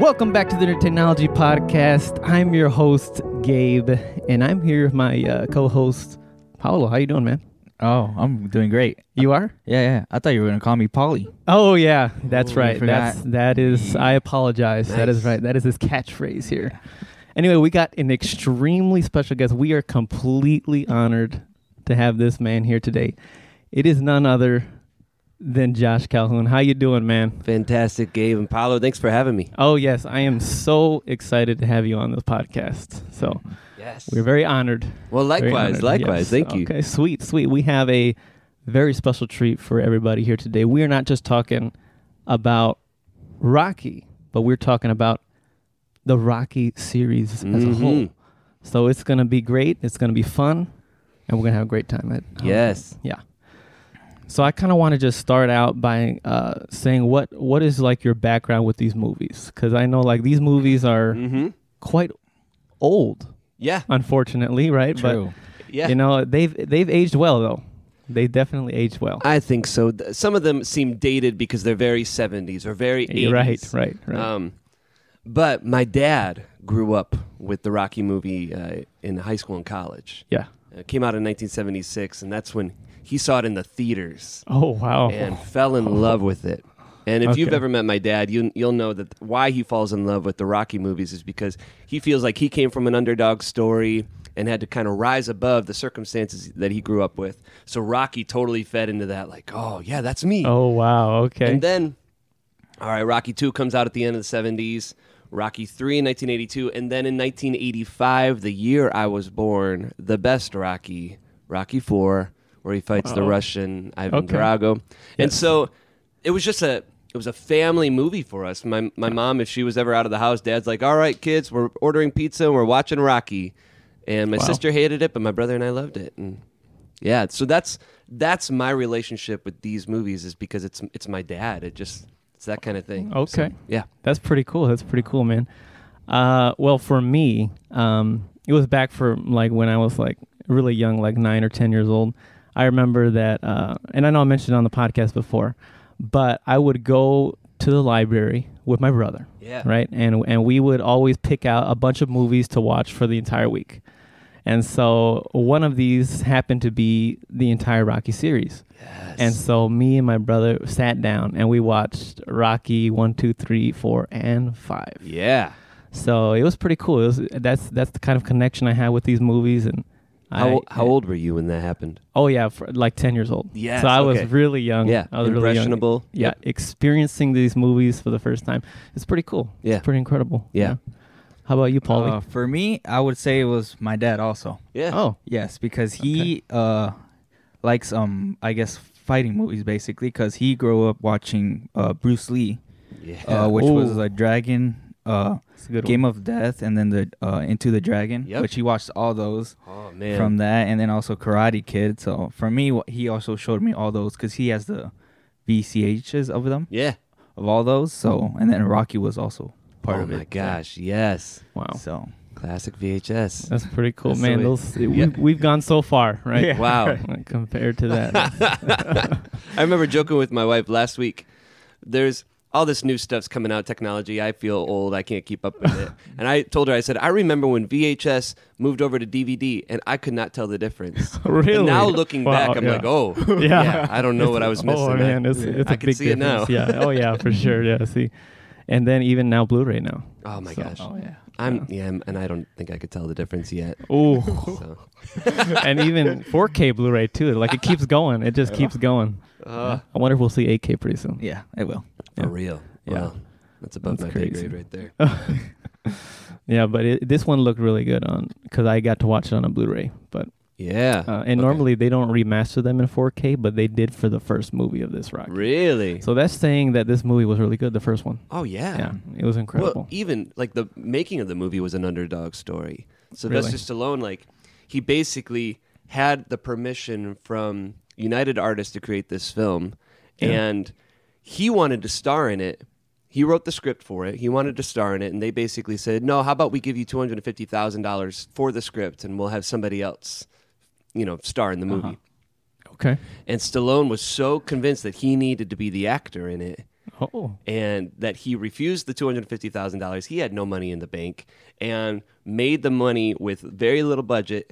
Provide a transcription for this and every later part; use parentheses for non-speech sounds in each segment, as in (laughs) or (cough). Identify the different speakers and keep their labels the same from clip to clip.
Speaker 1: Welcome back to the Nerd Technology Podcast. I'm your host Gabe, and I'm here with my uh, co-host Paolo. How you doing, man?
Speaker 2: Oh, I'm doing great.
Speaker 1: You are?
Speaker 2: Yeah, yeah. I thought you were gonna call me Polly.
Speaker 1: Oh yeah, that's
Speaker 2: Oh,
Speaker 1: right.
Speaker 2: forgot.
Speaker 1: That's that is. I apologize. That is right. That is his catchphrase here. Anyway, we got an extremely special guest. We are completely honored to have this man here today. It is none other than Josh Calhoun. How you doing, man?
Speaker 3: Fantastic, Gabe and Paolo. Thanks for having me.
Speaker 1: Oh yes, I am so excited to have you on this podcast. So
Speaker 3: Yes.
Speaker 1: we're very honored.
Speaker 3: well,
Speaker 1: Very
Speaker 3: likewise,
Speaker 1: honored.
Speaker 3: likewise.
Speaker 1: Yes.
Speaker 3: Thank you.
Speaker 1: Okay, sweet, sweet. We have a very special treat for everybody here today. We are not just talking about Rocky, but we're talking about the Rocky series as a whole.
Speaker 3: Mhm.
Speaker 1: So it's going to be great. It's going to be fun, and we're going to have a great time. At
Speaker 3: Yes.
Speaker 1: yeah. So I kind of want to just start out by uh, saying what what is like your background with these movies because I know like these movies are
Speaker 3: Mm-hmm.
Speaker 1: quite old,
Speaker 3: Yeah.
Speaker 1: unfortunately, right?
Speaker 2: True.
Speaker 3: Yeah.
Speaker 1: You know, they've they've aged well though. They definitely aged well.
Speaker 3: I think so. Th- Some of them seem dated because they're very 70s or very 80s.
Speaker 1: right, right, right.
Speaker 3: Um, but my dad grew up with the Rocky movie uh, in high school and college.
Speaker 1: yeah.
Speaker 3: It came out in 1976, and that's when he saw it in the theaters
Speaker 1: Oh wow.
Speaker 3: and fell in love with it. And if you've
Speaker 1: Okay.
Speaker 3: ever met my dad, you, you'll know that why he falls in love with the Rocky movies is because he feels like he came from an underdog story and had to kind of rise above the circumstances that he grew up with. So Rocky totally fed into that, like, oh, yeah, that's me.
Speaker 1: Oh wow. Okay.
Speaker 3: And then, all right, Rocky 2 comes out at the end of the 70s, Rocky 3 in 1982, and then in 1985, the year I was born, the best Rocky, Rocky 4, where he fights the Russian Ivan
Speaker 1: Okay.
Speaker 3: Drago. And so it was just a it was a family movie for us. My my mom, if she was ever out of the house, dad's like, "All right, kids, we're ordering pizza and we're watching Rocky." And my
Speaker 1: Wow.
Speaker 3: sister hated it, but my brother and I loved it. And yeah, so that's that's my relationship with these movies is because it's it's my dad. It just it's that kind of thing.
Speaker 1: okay.
Speaker 3: Yeah.
Speaker 1: That's pretty cool. That's pretty cool, man. Uh, well, for me, um, it was back for like when I was like really young, like nine or ten years old. I remember that, uh, and I know I mentioned it on the podcast before, but I would go to the library with my brother.
Speaker 3: Yeah.
Speaker 1: Right. And and we would always pick out a bunch of movies to watch for the entire week. And so one of these happened to be the entire Rocky series.
Speaker 3: Yes.
Speaker 1: And so me and my brother sat down and we watched Rocky one, two, three, four, and five.
Speaker 3: yeah.
Speaker 1: So it was pretty cool. It was, that's that's the kind of connection I had with these movies. And
Speaker 3: How
Speaker 1: I,
Speaker 3: ol- how old were you when that happened?
Speaker 1: Oh yeah, for like ten years old.
Speaker 3: Yes,
Speaker 1: So I
Speaker 3: okay.
Speaker 1: was really young.
Speaker 3: Yeah,
Speaker 1: I was really young.
Speaker 3: impressionable.
Speaker 1: Yeah,
Speaker 3: Yep.
Speaker 1: experiencing these movies for the first time. It's pretty cool.
Speaker 3: Yeah.
Speaker 1: It's pretty incredible.
Speaker 3: Yeah.
Speaker 1: How about you, Paulie?
Speaker 2: Uh, for me, I would say it was my dad also.
Speaker 3: Yeah.
Speaker 1: oh.
Speaker 2: Yes, because he uh likes um I guess fighting movies basically because he grew up watching uh Bruce Lee,
Speaker 3: Yeah.
Speaker 2: uh, which was
Speaker 1: Ooh.
Speaker 2: a dragon. Uh,
Speaker 1: It's a good
Speaker 2: Game of Death, and then the uh, Into the Dragon,
Speaker 3: Yep.
Speaker 2: which he watched all those
Speaker 3: oh man.
Speaker 2: from that, and then also Karate Kid. So for me, wh- he also showed me all those because he has the VCHs of them.
Speaker 3: yeah.
Speaker 2: of all those.
Speaker 1: Mm-hmm.
Speaker 2: So, and then Rocky was also part
Speaker 3: oh
Speaker 2: of it.
Speaker 3: my gosh. Yes.
Speaker 1: One. Wow.
Speaker 2: So, (laughs)
Speaker 3: Classic VHS.
Speaker 1: That's pretty cool,
Speaker 3: That's the
Speaker 1: man.
Speaker 3: way-
Speaker 1: Those we,
Speaker 3: Yeah.
Speaker 1: we've gone so far,
Speaker 3: (laughs)
Speaker 1: right?
Speaker 2: Yeah.
Speaker 3: Wow.
Speaker 1: (laughs) Compared to
Speaker 3: (laughs)
Speaker 1: that.
Speaker 3: I remember joking with my wife last week. There's all this new stuff's coming out, technology. I feel old. I can't keep up with
Speaker 2: (laughs)
Speaker 3: it. And I told her, I said, I remember when VHS moved over to DVD, and I could not tell the difference.
Speaker 1: Really?
Speaker 3: And now looking
Speaker 1: Wow,
Speaker 3: back, I'm
Speaker 1: (laughs) yeah.
Speaker 3: like, oh, yeah. I don't know what I was missing.
Speaker 1: (laughs) Oh man, it's,
Speaker 2: Yeah.
Speaker 1: it's a
Speaker 3: I can
Speaker 1: big
Speaker 3: see it now.
Speaker 1: difference. yeah. Oh yeah, for sure. Yeah. See, and then even now Blu-ray now.
Speaker 3: Oh, my
Speaker 1: So-
Speaker 3: gosh.
Speaker 2: oh yeah.
Speaker 3: I'm yeah, I'm- and I don't think I could tell the difference yet.
Speaker 2: (laughs)
Speaker 1: Oh,
Speaker 3: So.
Speaker 1: and even 4K Blu-ray too. Like it keeps going. It just keeps going.
Speaker 3: Uh,
Speaker 1: I wonder if we'll see 8K pretty soon.
Speaker 2: Yeah, it will.
Speaker 3: For
Speaker 1: Yeah.
Speaker 3: real.
Speaker 1: Yeah.
Speaker 3: Wow. That's above
Speaker 1: That's
Speaker 3: my
Speaker 1: crazy.
Speaker 3: pay grade right
Speaker 1: (laughs)
Speaker 3: there.
Speaker 1: Yeah, but it, this one looked really good on because I got to watch it on a Blu-ray. But
Speaker 3: Yeah.
Speaker 1: uh, and
Speaker 3: Okay.
Speaker 1: normally they don't remaster them in 4K, but they did for the first movie of this Rocky.
Speaker 3: Really?
Speaker 1: So that's saying that this movie was really good, the first one.
Speaker 3: Oh yeah.
Speaker 1: Yeah, it was incredible.
Speaker 3: Well, even like the making of the movie was an underdog story. Sylvester
Speaker 1: Really?
Speaker 3: Stallone, like, he basically had the permission from United Artists to create this film, and he wanted to star in it. He wrote the script for it. He wanted to star in it, and they basically said, "No, how about we give you two hundred and fifty thousand dollars for the script, and we'll have somebody else, you know, star in the
Speaker 1: Uh-huh.
Speaker 3: movie."
Speaker 1: okay.
Speaker 3: And Stallone was so convinced that he needed to be the actor in it
Speaker 1: Oh,
Speaker 3: and that he refused the $250,000. He had no money in the bank and made the money with very little budget.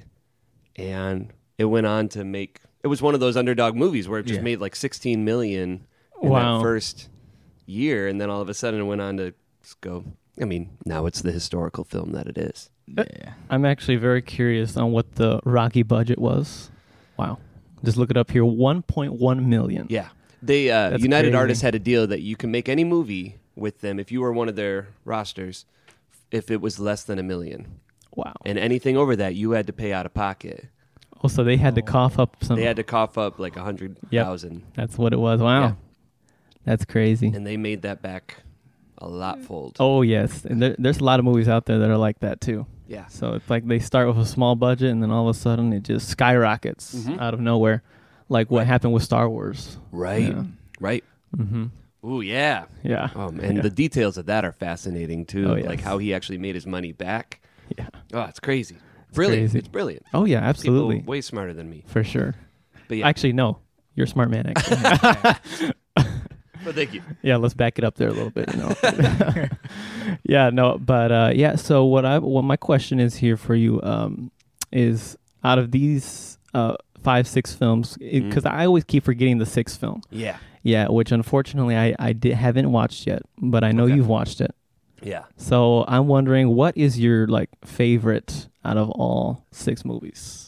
Speaker 3: And it went on to make it was one of those underdog movies where it just
Speaker 2: Yeah.
Speaker 3: made like 16 million in
Speaker 1: Wow.
Speaker 3: that first year. And then all of a sudden it went on to just go. I mean, now it's the historical film that it is.
Speaker 2: Yeah.
Speaker 1: Uh, I'm actually very curious on what the Rocky budget was. Wow, just look it up here. 1.1 million.
Speaker 3: Yeah. They uh,
Speaker 1: That's
Speaker 3: United
Speaker 1: crazy.
Speaker 3: Artists had a deal that you can make any movie with them if you were one of their rosters if it was less than a million.
Speaker 1: Wow.
Speaker 3: And anything over that you had to pay out of pocket.
Speaker 1: Also, they had to cough up some.
Speaker 3: Oh. They had to cough up like a hundred
Speaker 1: Uh-huh. Yep.
Speaker 3: thousand,
Speaker 1: That's what it was. Wow.
Speaker 3: Yeah.
Speaker 1: That's crazy.
Speaker 3: and they made that back a lot fold.
Speaker 1: Oh yes, and there, there's a lot of movies out there that are like that too.
Speaker 3: yeah,
Speaker 1: So it's like they start with a small budget, and then all of a sudden it just skyrockets
Speaker 3: Mhm.
Speaker 1: out of nowhere, like what happened with Star Wars.
Speaker 3: right,
Speaker 1: Yeah.
Speaker 3: right.
Speaker 1: Mm-hmm.
Speaker 3: Ooh, yeah.
Speaker 1: Yeah.
Speaker 3: Um, and
Speaker 1: Yeah.
Speaker 3: the details of that are fascinating too,
Speaker 1: Oh, yes.
Speaker 3: like how he actually made his money back.
Speaker 1: (laughs) Yeah.
Speaker 3: Oh, it's crazy, brilliant.
Speaker 1: crazy.
Speaker 3: It's brilliant.
Speaker 1: Oh yeah, absolutely,
Speaker 3: People way smarter than me.
Speaker 1: for sure.
Speaker 3: But yeah,
Speaker 1: Actually, no, you're a smart man. Actually.
Speaker 3: but Oh, thank you.
Speaker 1: yeah let's back it up there a little bit you know (laughs) yeah no but uh yeah so what i what my question is here for you um is out of these uh five six films
Speaker 3: Mm-hmm.
Speaker 1: because i always keep forgetting the sixth film
Speaker 3: Yeah,
Speaker 1: yeah which unfortunately i i di- haven't watched yet but i know
Speaker 3: Okay.
Speaker 1: you've watched it
Speaker 3: yeah.
Speaker 1: so i'm wondering what is your like favorite out of all six movies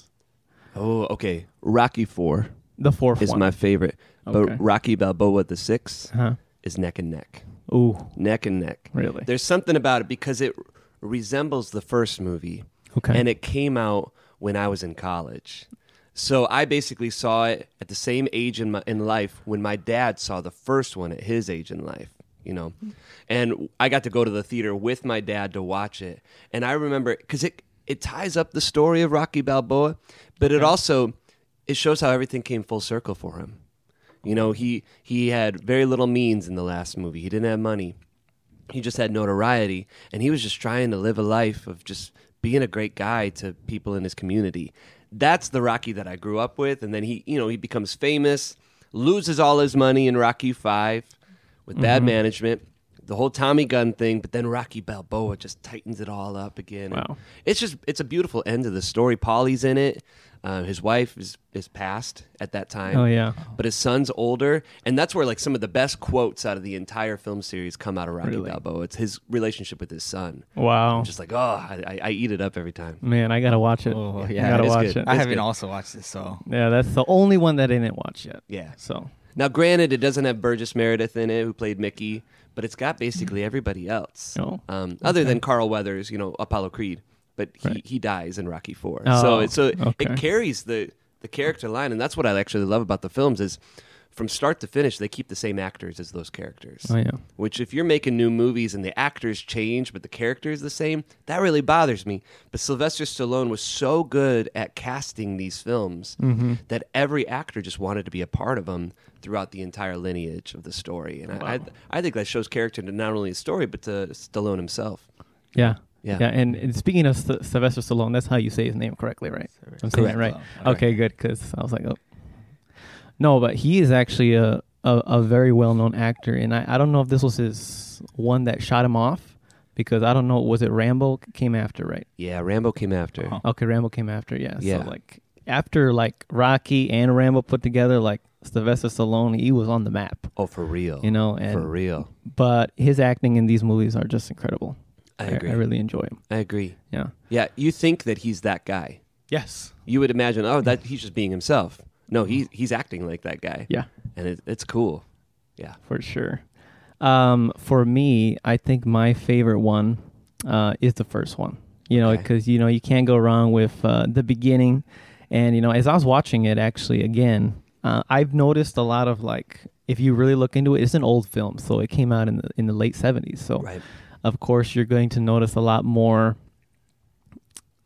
Speaker 3: Oh, okay. Rocky Four
Speaker 1: the fourth
Speaker 3: is
Speaker 1: one
Speaker 3: my favorite,
Speaker 1: Okay.
Speaker 3: but Rocky Balboa the sixth
Speaker 1: huh
Speaker 3: is neck and neck,
Speaker 1: ooh
Speaker 3: neck and neck.
Speaker 1: really
Speaker 3: There's something about it because it resembles the first movie.
Speaker 1: okay
Speaker 3: and it came out when I was in college. So I basically saw it at the same age in my in life when my dad saw the first one at his age in life, you know. And I got to go to the theater with my dad to watch it. And I remember cuz it it ties up the story of Rocky Balboa, but it also it shows how everything came full circle for him. You know, he he had very little means in the last movie. He didn't have money he just had notoriety and he was just trying to live a life of just being a great guy to people in his community that's the rocky that i grew up with and then he you know he becomes famous loses all his money in rocky 5 with
Speaker 1: Mm-hmm.
Speaker 3: bad management the whole tommy gun thing but then rocky balboa just tightens it all up again
Speaker 1: Wow.
Speaker 3: it's just it's a beautiful end to the story polly's in it uh, his wife is is passed at that time
Speaker 1: oh yeah
Speaker 3: but his son's older, and that's where like some of the best quotes out of the entire film series come out of Rocky
Speaker 1: Really?
Speaker 3: Balboa. It's his relationship with his son.
Speaker 1: wow
Speaker 3: I'm just like, oh, I, I- I eat it up every time.
Speaker 1: Man, I gotta watch it.
Speaker 2: Oh,
Speaker 1: I
Speaker 2: yeah,
Speaker 1: gotta
Speaker 3: it is
Speaker 1: watch
Speaker 3: good.
Speaker 1: it.
Speaker 2: I
Speaker 3: It's
Speaker 2: haven't
Speaker 3: good.
Speaker 2: also watched this, so
Speaker 1: yeah, that's the only one that I didn't watch yet.
Speaker 3: Yeah.
Speaker 1: So
Speaker 3: Now, granted, it doesn't have Burgess Meredith in it, who played Mickey, but it's got basically everybody else,
Speaker 1: Oh,
Speaker 3: um, other than Carl Weathers, you know, Apollo Creed. But he,
Speaker 1: Right.
Speaker 3: he dies in Rocky Four,
Speaker 1: Oh,
Speaker 3: so it, so
Speaker 1: okay.
Speaker 3: it carries the the character line, and that's what I actually love about the films is from start to finish they keep the same actors as those characters.
Speaker 1: oh yeah.
Speaker 3: which if you're making new movies and the actors change but the character is the same, that really bothers me. But Sylvester Stallone was so good at casting these films
Speaker 1: Mm-hmm.
Speaker 3: that every actor just wanted to be a part of them throughout the entire lineage of the story. And I, I, I think that shows character to not only the story but to Stallone himself.
Speaker 1: Yeah.
Speaker 3: Yeah.
Speaker 1: and, and speaking of Sy- Sylvester Stallone, that's how you say his name correctly, right? I'm saying that right.
Speaker 2: Correct. Correct.
Speaker 1: Okay, good. Because I was like, oh, no, but he is actually a a, a very well known actor, and I, I don't know if this was his one that shot him off because I don't know was it Rambo came after, right?
Speaker 3: Yeah, Rambo came after.
Speaker 2: Uh-huh.
Speaker 1: Okay, Rambo came after, yeah.
Speaker 3: Yeah.
Speaker 1: So like after like Rocky and Rambo put together, like Sylvester Stallone, he was on the map.
Speaker 3: Oh, for real.
Speaker 1: You know, and
Speaker 3: for real.
Speaker 1: but his acting in these movies are just incredible.
Speaker 3: I agree.
Speaker 1: I, really enjoy him.
Speaker 3: I agree.
Speaker 1: Yeah.
Speaker 3: Yeah, you think that he's that guy.
Speaker 1: Yes.
Speaker 3: You would imagine, oh, that he's just being himself. No, he, he's acting like that guy.
Speaker 1: Yeah,
Speaker 3: And it, it's cool. Yeah.
Speaker 1: for sure. Um, for me, I think my favorite one uh, is the first one. You know,
Speaker 3: Okay.
Speaker 1: because you know you can't go wrong with uh, the beginning. And you know, as I was watching it actually again, uh, I've noticed a lot of like, if you really look into it, it's an old film, so it came out in the in the late seventies. So
Speaker 3: Right.
Speaker 1: of course, you're going to notice a lot more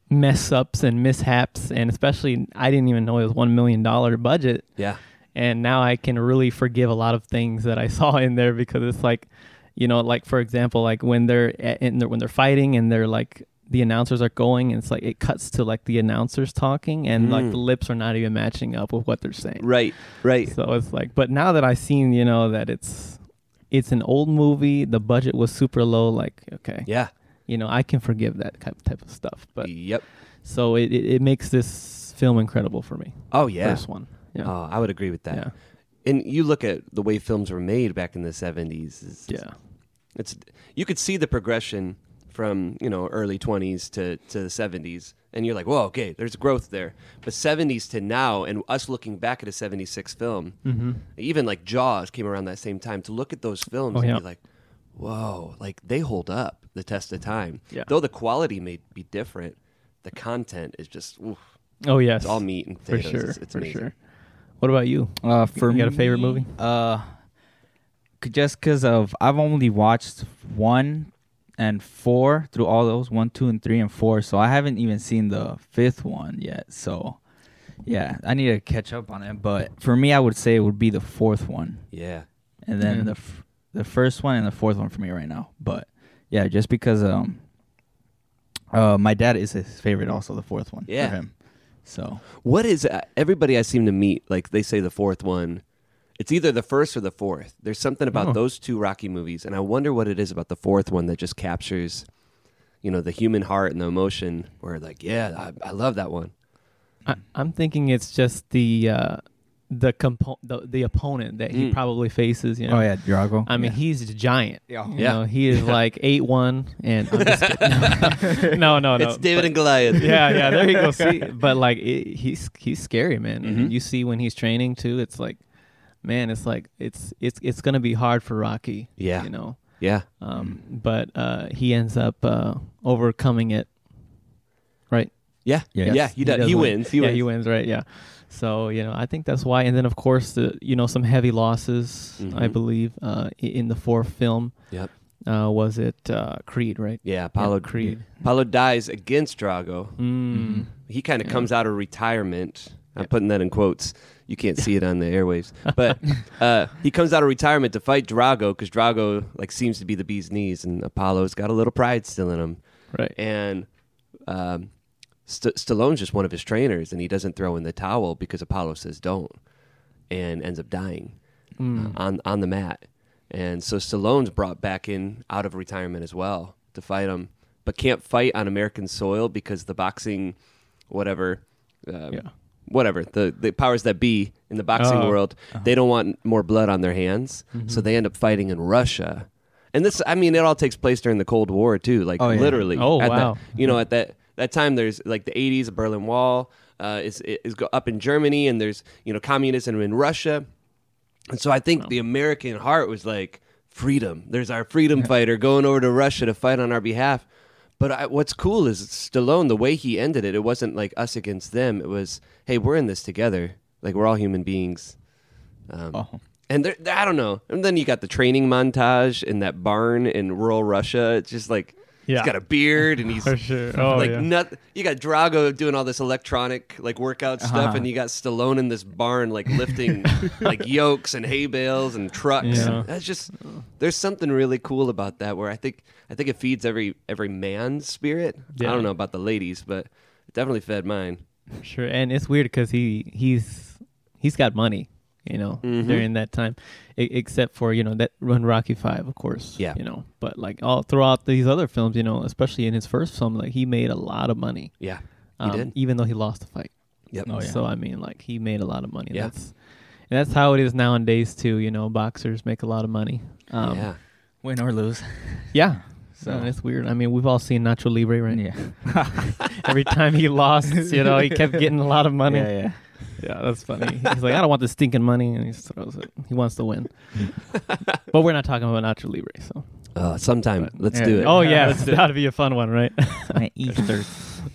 Speaker 1: mess ups and mishaps. And especially, I didn't even know it was $1 million budget.
Speaker 3: Yeah.
Speaker 1: And now I can really forgive a lot of things that I (laughs) saw in there because it's like, you know, like for example, like when they're at, in there, when they're fighting and they're like the announcers are going, and it's like it cuts to like the announcers talking, and like
Speaker 3: Mm.
Speaker 1: the lips are not even matching up with what they're saying.
Speaker 3: Right, right.
Speaker 1: So it's like, but now that I've seen, you know, that it's it's an old movie. The budget was super low. Like, okay,
Speaker 3: Yeah.
Speaker 1: you know, I can forgive that type type of stuff. But
Speaker 3: yep.
Speaker 1: so it, it, it makes this film incredible for me.
Speaker 3: Oh yeah.
Speaker 1: First one. Yeah.
Speaker 3: Oh, I would agree with that.
Speaker 1: Yeah.
Speaker 3: And you look at the way films were made back in the 70s. It's,
Speaker 1: Yeah.
Speaker 3: It's you could see the progression from, you know, early 20s to to the 70s and you're like, "Whoa, okay, there's growth there." But 70s to now and us looking back at a 76 film.
Speaker 1: Mm-hmm.
Speaker 3: Even like Jaws came around that same time to look at those films
Speaker 1: Oh,
Speaker 3: and
Speaker 1: yeah.
Speaker 3: be like, "Whoa, like they hold up the test of time."
Speaker 1: Yeah.
Speaker 3: Though the quality may be different, the content is just oof,
Speaker 1: Oh yes.
Speaker 3: it's all meat and
Speaker 1: for
Speaker 3: potatoes.
Speaker 1: sure.
Speaker 3: It's, it's
Speaker 1: for
Speaker 3: amazing.
Speaker 1: sure. What about you?
Speaker 2: Uh, for
Speaker 1: You got a favorite
Speaker 2: me,
Speaker 1: movie?
Speaker 2: Uh, c- just because of I've only watched one and four through all those one, two, and three, and four. So I haven't even seen the fifth one yet. So yeah, I need to catch up on it. But for me, I would say it would be the fourth one,
Speaker 3: Yeah.
Speaker 2: and then
Speaker 1: Yeah.
Speaker 2: the f- the first one and the fourth one for me right now. But yeah, just because um, uh, my dad is his favorite. Also, the fourth one
Speaker 3: Yeah.
Speaker 2: for him. So
Speaker 3: What is uh, everybody I seem to meet like they say the fourth one? It's either the first or the fourth. There's something about
Speaker 1: Oh.
Speaker 3: those two Rocky movies, and I wonder what it is about the fourth one that just captures, you know, the human heart and the emotion. Where like, yeah, I, I love that one.
Speaker 1: I, I'm thinking it's just the uh, the compo- the, the opponent that he
Speaker 3: Mm.
Speaker 1: probably faces. You know?
Speaker 2: oh yeah, Drago.
Speaker 1: I mean,
Speaker 2: Yeah.
Speaker 1: he's a giant.
Speaker 2: Yeah.
Speaker 1: You
Speaker 3: Yeah.
Speaker 1: know, he
Speaker 3: (laughs)
Speaker 1: is like eight one, and I'm just kidding. (laughs) no, no, no.
Speaker 3: it's David
Speaker 1: but-
Speaker 3: and Goliath.
Speaker 1: yeah, yeah. There
Speaker 3: (laughs)
Speaker 1: you go. See, but like it, he's he's scary, man.
Speaker 3: Mhm.
Speaker 1: You see when he's training too. It's like, man, it's like it's it's it's gonna be hard for Rocky.
Speaker 3: Yeah. Mm-hmm.
Speaker 1: you know.
Speaker 3: yeah.
Speaker 1: Um, but uh, he ends up uh, overcoming it. Right.
Speaker 3: Yeah,
Speaker 2: Yes.
Speaker 3: yeah, he, does.
Speaker 1: does
Speaker 3: he
Speaker 1: win.
Speaker 3: wins. He
Speaker 1: yeah,
Speaker 3: wins.
Speaker 1: he wins, right? Yeah. So you know, I think that's why. And then of course, the you know some heavy losses. I
Speaker 3: Mhm.
Speaker 1: believe uh, i- in the fourth film.
Speaker 3: Yep.
Speaker 1: Uh, was it uh, Creed? Right.
Speaker 3: Yeah, Apollo
Speaker 1: Yeah, Creed.
Speaker 3: Apollo dies against Drago.
Speaker 1: Mm.
Speaker 3: He kind of
Speaker 1: Yeah.
Speaker 3: comes out of retirement. I'm
Speaker 1: Yeah.
Speaker 3: putting that in quotes. You can't see it on the airwaves,
Speaker 1: (laughs)
Speaker 3: but uh, he comes out of retirement to fight Drago because Drago like seems to be the bee's knees, and Apollo's got a little pride still in him.
Speaker 1: Right.
Speaker 3: And um, St- Stallone's just one of his trainers, and he doesn't throw in the towel because Apollo says don't, and ends up dying
Speaker 1: Mm.
Speaker 3: on on the mat. And so Stallone's brought back in out of retirement as well to fight him, but can't fight on American soil because the boxing, whatever, um,
Speaker 1: Yeah.
Speaker 3: whatever the the powers that be in the boxing
Speaker 1: Oh. Mm-hmm.
Speaker 3: world, they don't want more blood on their hands, so they end up fighting in Russia. And this, I mean, it all takes place during the Cold War too, like
Speaker 2: Oh, yeah.
Speaker 3: literally.
Speaker 1: Oh,
Speaker 3: at that-
Speaker 1: wow.
Speaker 3: you know, at that that time, there's like the '80s, the Berlin Wall uh, is is go- up in Germany, and there's you know communism in Russia. And so I think the American heart was like freedom. There's our freedom fighter going over to Russia to fight on our behalf. But I, what's cool is Stallone, the way he ended it, it wasn't like us against them. It was, hey, we're in this together. Like we're all human beings. Um,
Speaker 2: Oh.
Speaker 3: And there, I don't know. And then you got the training montage in that barn in rural Russia. It's just like
Speaker 1: Yeah.
Speaker 3: he's got a beard and he's
Speaker 1: For sure. (laughs) Oh,
Speaker 3: like
Speaker 1: yeah.
Speaker 3: not, you got Drago doing all this electronic like workout
Speaker 1: Uh-huh.
Speaker 3: stuff, and you got Stallone in this barn like lifting
Speaker 1: (laughs)
Speaker 3: like yokes and hay bales and trucks.
Speaker 1: Yeah.
Speaker 3: That's just there's something really cool about that where I think I think it feeds every every man's spirit. I
Speaker 1: Yeah.
Speaker 3: don't know about the ladies, but it definitely fed mine.
Speaker 1: Sure, and it's weird because he he's he's got money, you know,
Speaker 3: Mm-hmm.
Speaker 1: during that time, e- except for you know that run Rocky Five, of course.
Speaker 3: Yeah.
Speaker 1: you know, but like all throughout these other films, you know, especially in his first film, like he made a lot of money,
Speaker 3: Yeah, he
Speaker 1: um,
Speaker 3: did.
Speaker 1: even though he lost the fight.
Speaker 3: Yep.
Speaker 2: Oh, yeah.
Speaker 1: So I mean, like he made a lot of money.
Speaker 3: Yeah.
Speaker 1: That's and that's how it is nowadays too. You know, boxers make a lot of money. Um,
Speaker 3: yeah.
Speaker 2: win or lose.
Speaker 1: yeah. So
Speaker 2: So-
Speaker 1: it's weird. I mean, we've all seen Nacho Libre, (laughs) right?
Speaker 2: Yeah.
Speaker 1: Every time he lost, you know, he kept getting a lot of money.
Speaker 2: Yeah, yeah.
Speaker 1: Yeah, that's funny. He's like, I don't want this stinking money, and he just throws it. He wants to
Speaker 3: (laughs)
Speaker 1: win. but we're not talking about Nacho Libre, so.
Speaker 3: Uh, sometime let's do it.
Speaker 1: Oh yeah, (laughs)
Speaker 2: Let's do it.
Speaker 1: that'd be a fun one, right?
Speaker 2: My Easter.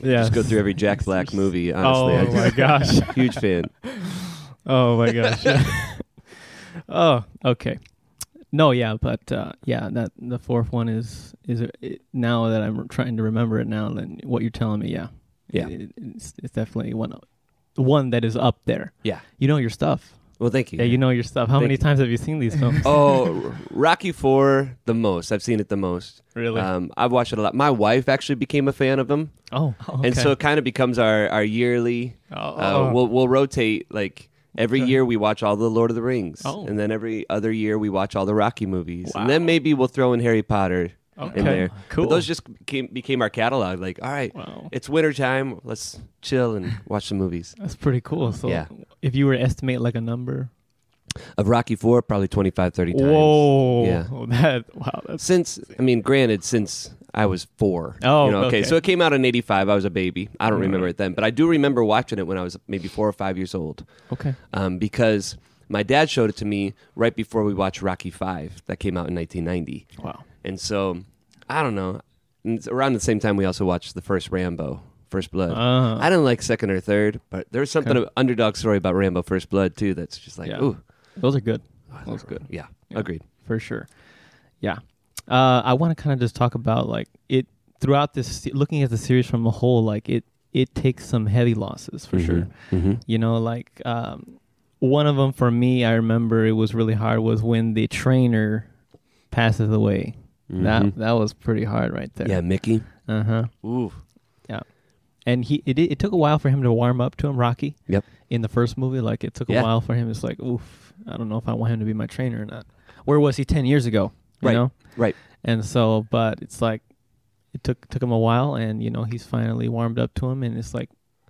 Speaker 1: yeah.
Speaker 3: Just go through every Jack Black movie. Honestly,
Speaker 1: (laughs) Oh
Speaker 3: I'm (laughs)
Speaker 1: my gosh.
Speaker 3: huge
Speaker 1: (laughs)
Speaker 3: fan.
Speaker 1: Oh my gosh. oh, okay. No, yeah, but uh, yeah, that the fourth one is is it, now that I'm trying to remember it now. Then what you're telling me, yeah,
Speaker 3: Yeah.
Speaker 1: It- it's, it's definitely one one that is up there.
Speaker 3: Yeah.
Speaker 1: You know your stuff.
Speaker 3: Well, thank you.
Speaker 1: Yeah, you know your stuff. How
Speaker 3: Thank
Speaker 1: many
Speaker 3: you.
Speaker 1: times have you seen these films? (laughs)
Speaker 3: oh, Rocky Four the most. I've seen it the most.
Speaker 1: really?
Speaker 3: Um, I've watched it a lot. My wife actually became a fan of them,
Speaker 1: oh, okay.
Speaker 3: and so it kind of becomes our our yearly.
Speaker 1: oh,
Speaker 3: Uh, we'll we'll rotate like Every year we watch all the Lord of the Rings,
Speaker 1: Oh.
Speaker 3: and then every other year we watch all the Rocky movies, and
Speaker 1: Wow.
Speaker 3: then maybe we'll throw in Harry Potter
Speaker 1: Okay.
Speaker 3: in there.
Speaker 1: Cool.
Speaker 3: But those just became, became our catalog. Like, all right,
Speaker 1: Wow.
Speaker 3: it's winter time. Let's chill and watch some movies.
Speaker 1: That's pretty cool. So
Speaker 3: Yeah.
Speaker 1: if you were to estimate like a number,
Speaker 3: Of Rocky Four, probably 25, 30 times.
Speaker 1: whoa,
Speaker 3: Yeah.
Speaker 1: (laughs) that wow, that's
Speaker 3: Since I mean, granted, since I was four.
Speaker 1: Oh,
Speaker 3: You know,
Speaker 1: okay.
Speaker 3: So it came out in '85. I was a baby. I don't remember it then, but I do remember watching it when I was maybe four or five years old.
Speaker 1: okay.
Speaker 3: um, because my dad showed it to me right before we watched Rocky Five that came out in 1990,
Speaker 1: Wow,
Speaker 3: and so I don't know. And it's around the same time, we also watched the first Rambo, First Blood.
Speaker 1: Uh-huh.
Speaker 3: I didn't like second or third, but there's something of underdog story about Rambo First Blood too that's just like,
Speaker 1: Yeah.
Speaker 3: ooh, oh,
Speaker 1: those are good. Those are good.
Speaker 3: yeah,
Speaker 1: Yeah.
Speaker 3: agreed.
Speaker 1: for sure. Yeah, uh, I want to kind of just talk about like it throughout this. Looking at the series from a whole, like it it takes some heavy losses for sure.
Speaker 3: Mm-hmm.
Speaker 1: You know, like um, one of them for me, I remember it was really hard was when the trainer passes away. That
Speaker 3: Mm-hmm.
Speaker 1: that was pretty hard right there.
Speaker 3: Yeah, Mickey.
Speaker 1: Uh huh.
Speaker 3: Ooh,
Speaker 1: And he it it took a while for him to warm up to him, Rocky.
Speaker 3: Yep.
Speaker 1: In the first movie, like it took a
Speaker 3: Yeah.
Speaker 1: while for him. It's like, oof, I don't know if I want him to be my trainer or not. Where was he ten years ago? You
Speaker 3: Right.
Speaker 1: know?
Speaker 3: right.
Speaker 1: And so, but it's like it took took him a while, and you know he's finally warmed up to him, and it's like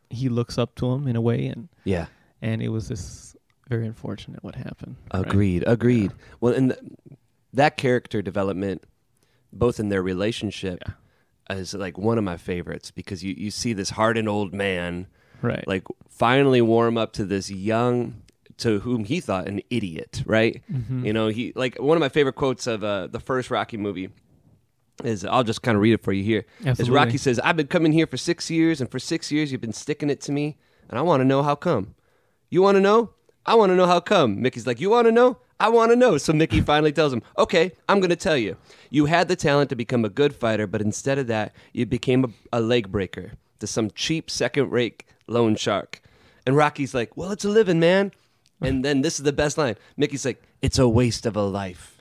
Speaker 1: he looks up to him in a way, and
Speaker 3: Yeah,
Speaker 1: and it was just very unfortunate what happened. right?
Speaker 3: agreed. Agreed. Well, and th- that character development, both in their relationship.
Speaker 1: Yeah.
Speaker 3: Is like one of my favorites because you, you see this hardened old man
Speaker 1: Right.
Speaker 3: like finally warm up to this young to whom he thought an idiot right
Speaker 1: Mm-hmm.
Speaker 3: you know he like one of my favorite quotes of uh, the first rocky movie is i'll just kind of read it for you here is
Speaker 1: Absolutely.
Speaker 3: rocky says i've been coming here for six years and for six years you've been sticking it to me and i want to know how come you want to know i want to know how come mickey's like you want to know i want to know so mickey finally tells him okay i'm going to tell you you had the talent to become a good fighter but instead of that you became a, a leg breaker to some cheap second rate loan shark and rocky's like well it's a living man and then this is the best line mickey's like it's a waste of a life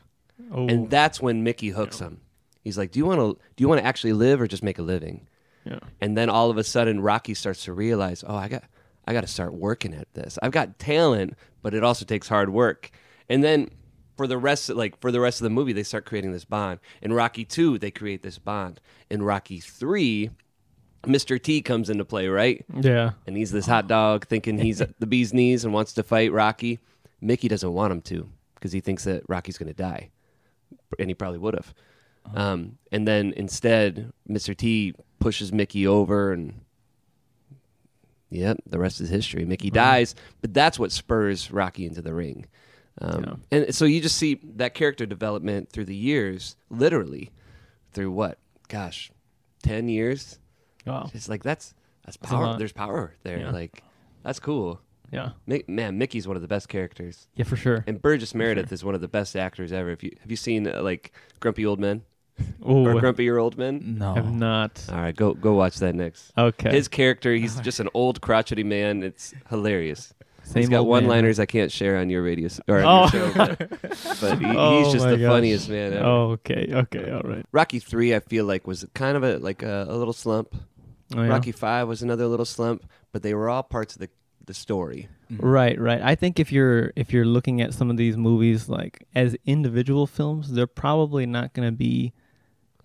Speaker 1: oh,
Speaker 3: and that's when Mickey hooks him. He's like, "Do you want to? Do you want to actually live or just make a living?"
Speaker 1: yeah.
Speaker 3: And then all of a sudden, Rocky starts to realize, "Oh, I got, I got to start working at this. I've got talent, but it also takes hard work." And then for the rest, like for the rest of the movie, they start creating this bond. In Rocky Two, they create this bond. In Rocky Three, Mr. T comes into play, right?
Speaker 1: Yeah.
Speaker 3: And he's this hot dog thinking he's the bee's knees and wants to fight Rocky. Mickey doesn't want him to because he thinks that Rocky's going to die. And he probably would have. Um, and then instead, Mr. T pushes Mickey over and. Yep, the rest is history. Mickey dies, but that's what spurs Rocky into the ring. Um, And so you just see that character development through the years, literally, through what? Gosh, 10 years?
Speaker 1: Wow.
Speaker 3: It's like that's that's
Speaker 1: a
Speaker 3: power.
Speaker 1: lot.
Speaker 3: There's power there.
Speaker 1: Yeah.
Speaker 3: Like that's cool.
Speaker 1: Yeah.
Speaker 3: Mi- man, Mickey's one of the best characters,
Speaker 1: Yeah, for sure.
Speaker 3: and Burgess Meredith is one of the best actors ever. If you have you seen uh, like Grumpy Old Men or
Speaker 1: Oh,
Speaker 3: Grumpier Old Men?
Speaker 1: have
Speaker 2: No.
Speaker 1: not.
Speaker 3: All right, go go watch that next.
Speaker 1: Okay.
Speaker 3: His character, he's just an old crotchety man. It's hilarious.
Speaker 1: Same
Speaker 3: he's got
Speaker 1: old man.
Speaker 3: one-liners I can't share on your radio s- or on
Speaker 1: Oh.
Speaker 3: your show,
Speaker 1: (laughs)
Speaker 3: but, but he,
Speaker 1: Oh
Speaker 3: he's just
Speaker 1: my
Speaker 3: the
Speaker 1: gosh.
Speaker 3: funniest man ever.
Speaker 1: Oh, okay. Okay. All right.
Speaker 3: Rocky three, I feel like, was kind of a like a, a little slump.
Speaker 1: Oh, yeah.
Speaker 3: Rocky Five was another little slump, but they were all parts of the the story.
Speaker 2: Mm.
Speaker 1: Right, right. I think if you're if you're looking at some of these movies like as individual films, they're probably not going to be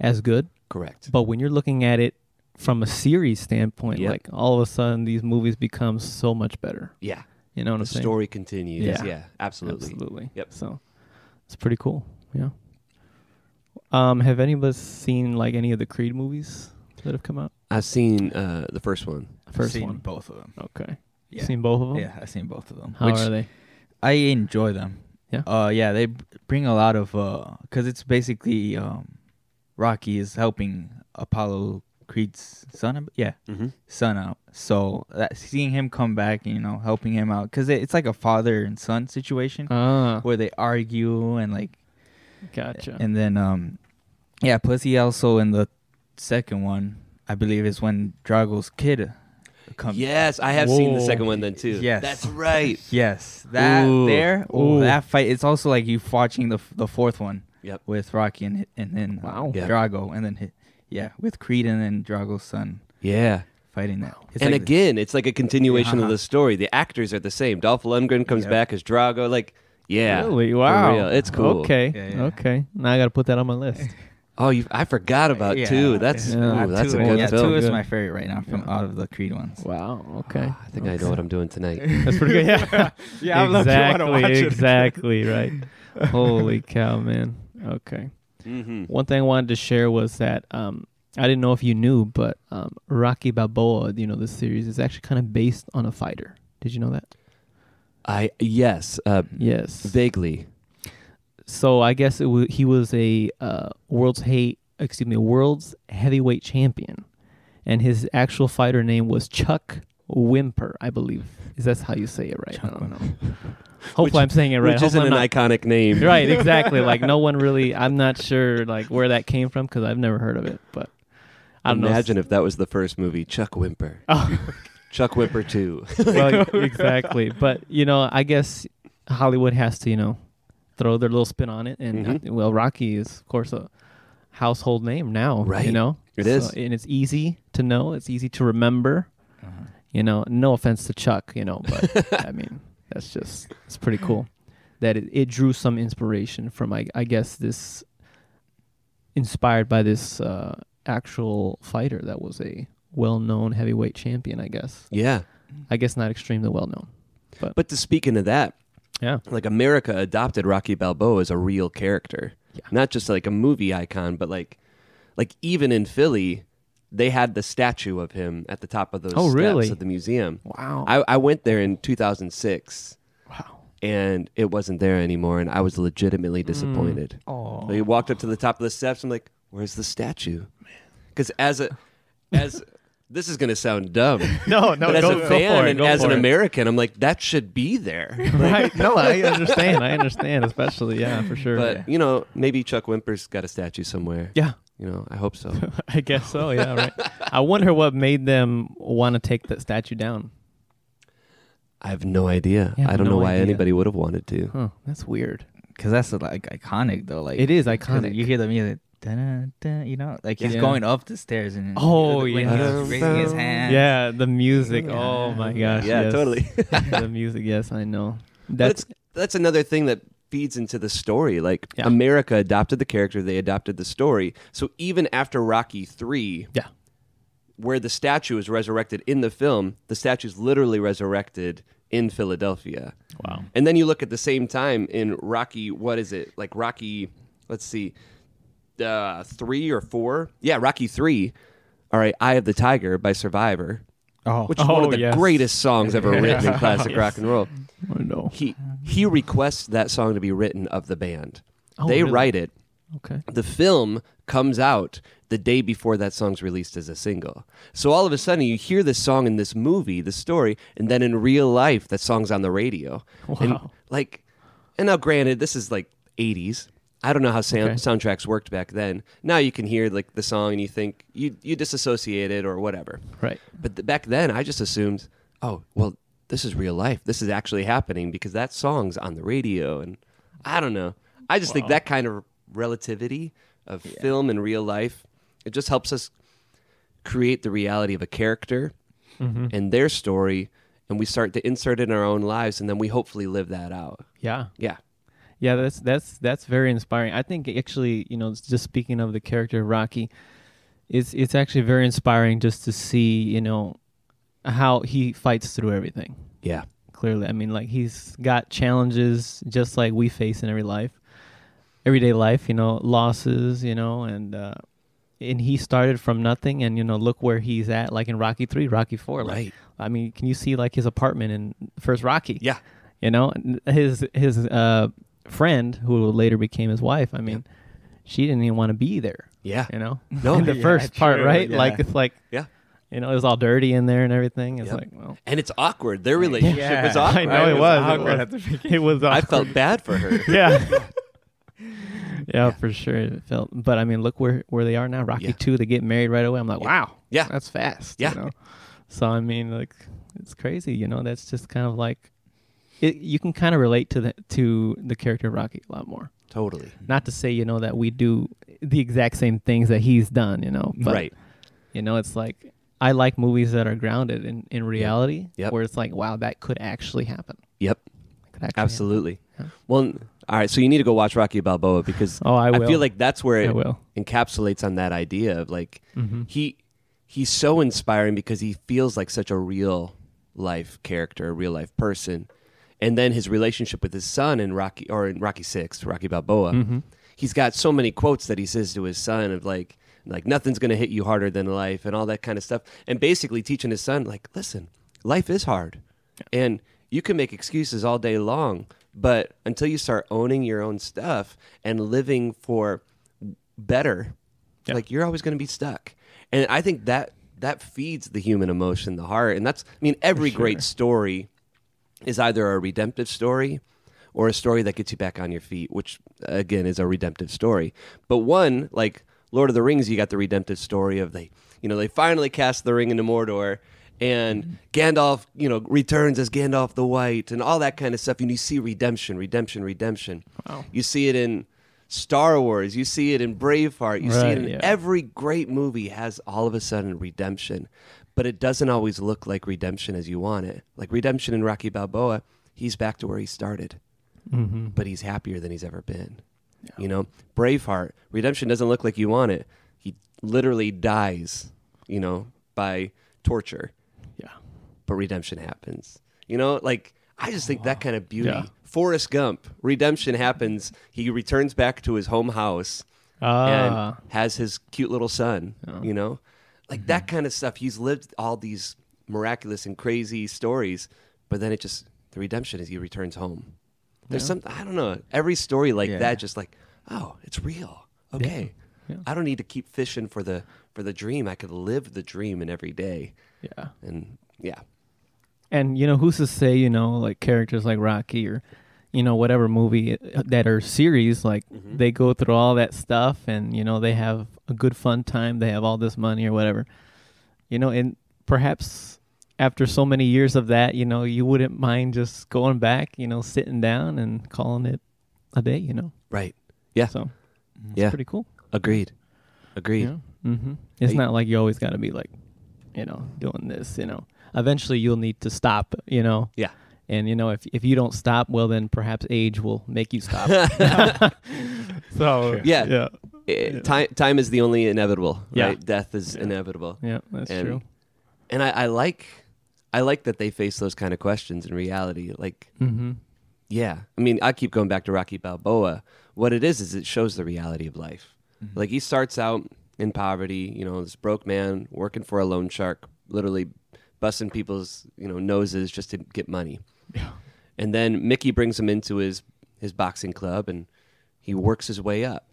Speaker 1: as good.
Speaker 3: Correct.
Speaker 1: But when you're looking at it from a series standpoint,
Speaker 3: Yep.
Speaker 1: like all of a sudden these movies become so much better.
Speaker 3: Yeah.
Speaker 1: You know what
Speaker 3: The
Speaker 1: I'm saying?
Speaker 3: story continues.
Speaker 1: Yeah.
Speaker 3: Yeah. absolutely.
Speaker 1: Absolutely.
Speaker 3: Yep.
Speaker 1: So it's pretty cool. Yeah. Um, have any of us seen like any of the Creed movies that have come out?
Speaker 3: I've seen uh, the first one.
Speaker 1: First
Speaker 2: seen
Speaker 1: one.
Speaker 2: both of them.
Speaker 1: Okay. You
Speaker 2: Yeah.
Speaker 1: Seen both of them?
Speaker 2: Oh. Yeah, I've seen both of them.
Speaker 1: How
Speaker 2: which
Speaker 1: are they?
Speaker 2: I enjoy them.
Speaker 1: Yeah?
Speaker 2: Uh, yeah, they b- bring a lot of because it's basically um, Rocky is helping Apollo Creed's son. I b- Yeah,
Speaker 3: Mm-hmm.
Speaker 2: son out. So that seeing him come back, you know, helping him out because it, it's like a father and son situation
Speaker 1: Ah,
Speaker 2: (laughs) where they argue and like
Speaker 1: gotcha.
Speaker 2: and then um, yeah. Plus he also in the second one, I believe, is when Drago's kid comes.
Speaker 3: Yes, I have seen the
Speaker 1: Whoa.
Speaker 3: second one then too.
Speaker 2: Yes.
Speaker 1: (laughs)
Speaker 3: that's right.
Speaker 2: Yes, that
Speaker 3: Ooh.
Speaker 2: there, oh,
Speaker 1: Ooh.
Speaker 2: that fight. It's also like you watching the the fourth one
Speaker 3: Yep.
Speaker 2: with Rocky and and then uh,
Speaker 1: Wow.
Speaker 3: Yeah.
Speaker 2: Drago, and then hi- yeah with Creed and then Drago's son.
Speaker 3: Yeah,
Speaker 2: fighting that. It's
Speaker 3: and
Speaker 2: like the-
Speaker 3: again, it's like a continuation of
Speaker 2: Uh-huh.
Speaker 3: the story. The actors are the same. Dolph Lundgren comes
Speaker 2: Yep.
Speaker 3: back as Drago. Like, yeah,
Speaker 1: Really?
Speaker 3: for
Speaker 1: Wow.
Speaker 3: real. it's cool.
Speaker 1: Okay.
Speaker 2: Yeah, yeah.
Speaker 1: Okay. Now I got to put that on my list.
Speaker 2: (laughs)
Speaker 3: Oh, you, I forgot about
Speaker 2: Yeah.
Speaker 3: two. That's
Speaker 1: Yeah.
Speaker 3: ooh,
Speaker 1: Uh,
Speaker 3: that's
Speaker 2: two,
Speaker 3: a good
Speaker 2: yeah,
Speaker 3: film.
Speaker 2: Two is
Speaker 1: Good.
Speaker 2: my favorite right now from out of the Creed ones.
Speaker 1: wow. Okay.
Speaker 3: I think I know what I'm doing tonight.
Speaker 1: (laughs) That's pretty
Speaker 2: (laughs)
Speaker 1: good. Yeah.
Speaker 4: Yeah, I love you wanna
Speaker 1: exactly.
Speaker 4: watch it. (laughs)
Speaker 3: (laughs)
Speaker 1: exactly. Right. Holy cow, man. Okay.
Speaker 3: mm-hmm.
Speaker 1: One thing I wanted to share was that um, I didn't know if you knew, but um, Rocky Balboa, you know, this series is actually kind of based on a fighter. Did you know that?
Speaker 3: I yes, uh,
Speaker 1: Yes.
Speaker 3: vaguely.
Speaker 1: so I guess it wa he was a uh, world's hate, excuse me, world's heavyweight champion, and his actual fighter name was Chuck Wimper, I believe. Is that's how you say it, right? I don't know. Hopefully,
Speaker 3: Which-
Speaker 1: I'm saying it right.
Speaker 3: Which
Speaker 1: Hopefully
Speaker 3: isn't
Speaker 1: I'm
Speaker 3: an
Speaker 1: not-
Speaker 3: iconic
Speaker 1: (laughs)
Speaker 3: name.
Speaker 1: right exactly
Speaker 3: (laughs)
Speaker 1: like no one really i'm not sure like where that came from because i've never heard of it but i don't (laughs) Oh.
Speaker 3: Imagine if that was the first movie, Chuck Wimper.
Speaker 1: know
Speaker 3: Chuck Wimper Two.
Speaker 1: well, e-, exactly but you know i guess hollywood has to you know throw their little spin on it and
Speaker 3: Mhm.
Speaker 1: uh, well rocky is of course a household name now you
Speaker 3: Right.
Speaker 1: know
Speaker 3: It
Speaker 1: So-
Speaker 3: is.
Speaker 1: and it's easy to know it's easy to remember
Speaker 2: Uh-huh.
Speaker 1: you know no offense to chuck you know
Speaker 3: (laughs)
Speaker 1: but i mean that's just it's pretty cool that it, it drew some inspiration from I, I guess this inspired by this uh, actual fighter that was a well-known heavyweight champion i guess
Speaker 3: (laughs) yeah,
Speaker 1: i guess not extremely well-known
Speaker 3: but to speak into that,
Speaker 1: yeah
Speaker 3: like America adopted Rocky Balboa as a real character,
Speaker 1: Yeah.
Speaker 3: not just like a movie icon, but like, like even in Philly, they had the statue of him at the top of those
Speaker 1: Oh,
Speaker 3: steps
Speaker 1: really?
Speaker 3: of the museum.
Speaker 1: wow
Speaker 3: I, I went there in 2006,
Speaker 1: wow
Speaker 3: and it wasn't there anymore, and I was legitimately
Speaker 1: Mm.
Speaker 3: disappointed.
Speaker 1: oh
Speaker 3: They walked up to the top of the steps. I'm like, "Where's the statue?" Because as a, as this is gonna sound dumb,
Speaker 1: (laughs) no no
Speaker 3: but as
Speaker 1: go,
Speaker 3: a
Speaker 1: go
Speaker 3: fan
Speaker 1: for it
Speaker 3: and
Speaker 1: go
Speaker 3: as
Speaker 1: for
Speaker 3: an
Speaker 1: it.
Speaker 3: American, I'm like, that should be there.
Speaker 1: (laughs) right no
Speaker 3: (laughs)
Speaker 1: i understand i understand especially yeah for sure
Speaker 3: But you know, maybe Chuck Wimper's got a statue somewhere.
Speaker 1: yeah
Speaker 3: You know, I hope so.
Speaker 1: (laughs) I guess so. Yeah, right. I wonder what made them want to take that statue down.
Speaker 3: I have no idea.
Speaker 1: Yeah,
Speaker 3: I don't
Speaker 1: no
Speaker 3: know why
Speaker 1: idea.
Speaker 3: anybody would have
Speaker 1: (laughs)
Speaker 3: wanted to.
Speaker 1: Huh? That's weird.
Speaker 2: Because that's like iconic though. Like
Speaker 1: It is
Speaker 2: 'cause
Speaker 1: iconic.
Speaker 2: You hear the music, dun, dun, you know, like he's
Speaker 1: Yeah.
Speaker 2: going up the stairs and
Speaker 1: Oh,
Speaker 2: when
Speaker 1: yeah.
Speaker 2: he's raising his hand.
Speaker 1: yeah, the music.
Speaker 2: Yeah.
Speaker 1: Oh my gosh.
Speaker 3: yeah,
Speaker 1: yes.
Speaker 3: totally.
Speaker 1: (laughs) the music. Yes, I know.
Speaker 3: (laughs) That's
Speaker 1: That's
Speaker 3: that's another thing that feeds into the story. Like
Speaker 1: Yeah.
Speaker 3: America adopted the character, they adopted the story. So even after Rocky Three,
Speaker 1: yeah.
Speaker 3: where the statue is resurrected in the film, the statue's literally resurrected in Philadelphia.
Speaker 1: Wow.
Speaker 3: And then you look at the same time in Rocky, what is it? Like Rocky, let's see, uh, three or four? Yeah, Rocky three. All right, Eye of the Tiger by Survivor,
Speaker 2: Oh,
Speaker 3: which is one
Speaker 1: Oh,
Speaker 3: of the
Speaker 1: yes.
Speaker 3: greatest
Speaker 1: (laughs)
Speaker 3: songs ever written in classic
Speaker 1: Yes.
Speaker 3: rock and
Speaker 1: (laughs)
Speaker 3: roll.
Speaker 1: Oh, no.
Speaker 3: He he requests that song to be written of the band.
Speaker 1: Oh,
Speaker 3: they
Speaker 1: really?
Speaker 3: write it.
Speaker 1: Okay.
Speaker 3: The film comes out the day before that song's released as a single. So all of a sudden, you hear this song in this movie, the story, and then in real life, that song's on the radio. And
Speaker 1: Wow.
Speaker 3: like, and now granted, this is like 80s. I don't know how sound,
Speaker 1: Okay.
Speaker 3: soundtracks worked back then. Now you can hear like the song and you think you you disassociate it or whatever.
Speaker 1: Right.
Speaker 3: But th- back then, I just assumed, oh, well, this is real life. This is actually happening because that song's on the radio. And I don't know. I just think that kind of relativity of film and real life, it just helps us create the reality of a character
Speaker 1: Mm-hmm.
Speaker 3: and their story. And we start to insert it in our own lives. And then we hopefully live that out.
Speaker 1: Yeah.
Speaker 3: Yeah.
Speaker 1: Yeah, that's that's that's very inspiring. I think actually, you know, just speaking of the character of Rocky, it's it's actually very inspiring just to see, you know, how he fights through everything.
Speaker 3: Yeah.
Speaker 1: clearly. I mean, like he's got challenges just like we face in every life, everyday life. You know, losses. You know, and uh, and he started from nothing, and you know, look where he's at. Like in Rocky three, Rocky four. Like,
Speaker 3: Right.
Speaker 1: I mean, can you see like his apartment in first Rocky?
Speaker 3: Yeah.
Speaker 1: You know, And his his uh, friend who later became his wife. I mean, she didn't even want to be there.
Speaker 3: Yeah.
Speaker 1: You know,
Speaker 3: No.
Speaker 1: in the
Speaker 2: Oh, Yeah,
Speaker 1: first part,
Speaker 2: true,
Speaker 1: right?
Speaker 2: yeah.
Speaker 1: Like it's like
Speaker 3: Yeah.
Speaker 1: you know, it was all dirty in there and everything. It's
Speaker 3: Yep.
Speaker 1: like, well,
Speaker 3: And it's awkward. Their relationship
Speaker 2: Yeah.
Speaker 3: is
Speaker 1: (laughs)
Speaker 3: awkward.
Speaker 1: I know it was. It was.
Speaker 2: awkward at the
Speaker 1: It was
Speaker 3: I
Speaker 1: awkward.
Speaker 3: felt bad for
Speaker 1: (laughs)
Speaker 3: her. (laughs)
Speaker 1: yeah. yeah. for sure. It felt, but I mean, look where where they are now. Rocky
Speaker 3: Yeah.
Speaker 1: two, they get married right away. I'm like, wow,
Speaker 3: Yeah.
Speaker 1: that's fast.
Speaker 3: Yeah.
Speaker 1: you know? So I mean, like, it's crazy. You know, that's just kind of like, it, you can kind of relate to the to the character of Rocky a lot more.
Speaker 3: Totally.
Speaker 1: Not to say you know that we do the exact same things that he's done. You know, but
Speaker 3: right.
Speaker 1: you know, it's like I like movies that are grounded in, in reality,
Speaker 3: Yep.
Speaker 1: where it's like, wow, that could actually happen.
Speaker 3: Yep.
Speaker 1: Could actually happen.
Speaker 3: Absolutely. Well, n- all right. So you need to go watch Rocky Balboa because
Speaker 1: Oh, I will.
Speaker 3: feel like that's where
Speaker 1: I
Speaker 3: it
Speaker 1: will. Mm-hmm.
Speaker 3: encapsulates on that idea of like he he's so inspiring because he feels like such a real life character, a real life person, and then his relationship with his son in Rocky or in Rocky Six, Rocky Balboa.
Speaker 1: Mm-hmm.
Speaker 3: He's got so many quotes that he says to his son of like like nothing's going to hit you harder than life and all that kind of stuff, and basically teaching his son like listen, life is hard. And you can make excuses all day long, but until you start owning your own stuff and living for better,
Speaker 1: Yeah.
Speaker 3: like you're always going to be stuck. And I think that that feeds the human emotion, the heart, and that's I mean every great story is either a redemptive story or a story that gets you back on your feet, which again is a redemptive story. But one, like Lord of the Rings, you got the redemptive story of they, you know, they finally cast the ring into Mordor
Speaker 1: Mm-hmm.
Speaker 3: and Gandalf, you know, returns as Gandalf the White and all that kind of stuff. And you see redemption, redemption, redemption. Wow. You see it in Star Wars, you see it in Braveheart, you see
Speaker 1: Right,
Speaker 3: it in
Speaker 1: yeah.
Speaker 3: every great movie has all of a sudden redemption, but it doesn't always look like redemption as you want it. Like redemption in Rocky Balboa, he's back to where he started, but he's happier than he's ever been. You know, Braveheart, redemption doesn't look like you want it. He literally dies, you know, by torture,
Speaker 1: Yeah.
Speaker 3: but redemption happens. You know, like I just think that kind of beauty.
Speaker 1: Yeah.
Speaker 3: Forrest Gump, redemption happens. He returns back to his home house Uh,
Speaker 1: Ah. Mm-hmm.
Speaker 3: and has his cute little son, you know? Like that kind of stuff. He's lived all these miraculous and crazy stories, but then it just the redemption is he returns home. There's something I don't know. Every story like
Speaker 2: Yeah.
Speaker 3: that just like, oh, it's real. Okay.
Speaker 1: Yeah.
Speaker 3: I don't need to keep fishing for the for the dream. I could live the dream in every day.
Speaker 1: yeah.
Speaker 3: And yeah.
Speaker 1: And you know, who's to say you know like characters like Rocky or you know whatever movie uh, that are series like
Speaker 3: Mm-hmm.
Speaker 1: they go through all that stuff and you know they have a good fun time, they have all this money or whatever. You know, and perhaps after so many years of that, you know, you wouldn't mind just going back, you know, sitting down and calling it a day, you know.
Speaker 3: Right. Yeah.
Speaker 1: So Mm-hmm. it's
Speaker 3: yeah.
Speaker 1: pretty cool.
Speaker 3: Agreed. Agreed.
Speaker 1: Mm-hmm. It's
Speaker 3: Hey.
Speaker 1: not like you always got to be like, you know, doing this. You know, eventually you'll need to stop. You know,
Speaker 3: Yeah.
Speaker 1: and you know if if you don't stop, well then perhaps age will make you
Speaker 3: (laughs)
Speaker 1: stop. so
Speaker 3: Yeah.
Speaker 1: yeah,
Speaker 3: Eh, Time time is the only inevitable,
Speaker 1: Yeah.
Speaker 3: right? Death is inevitable.
Speaker 1: yeah, that's
Speaker 3: And-
Speaker 1: true.
Speaker 3: and I, I like I like that they face those kind of questions in reality. Like,
Speaker 1: Mm-hmm.
Speaker 3: yeah, I mean, I keep going back to Rocky Balboa. What it is is it shows the reality of life.
Speaker 1: Mm-hmm.
Speaker 3: Like he starts out in poverty, you know, this broke man working for a loan shark, literally busting people's you know noses just to get money.
Speaker 1: Yeah.
Speaker 3: And then Mickey brings him into his his boxing club, and he works his way up.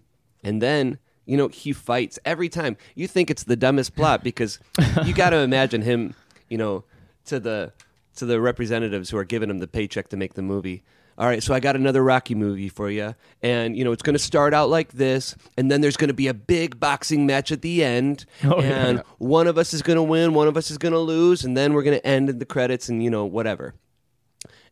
Speaker 3: And then you know he fights every time. You think it's the
Speaker 1: (laughs)
Speaker 3: dumbest plot because you got to imagine him, you know, to the to the representatives who are giving him the paycheck to make the movie. All right, so I got another Rocky movie for you, and you know it's going to start out like this, and then there's going to be a big boxing match at the end,
Speaker 1: (laughs) Oh, yeah.
Speaker 3: and one of us is going to win, one of us is going to lose, and then we're going to end in the credits, and you know whatever.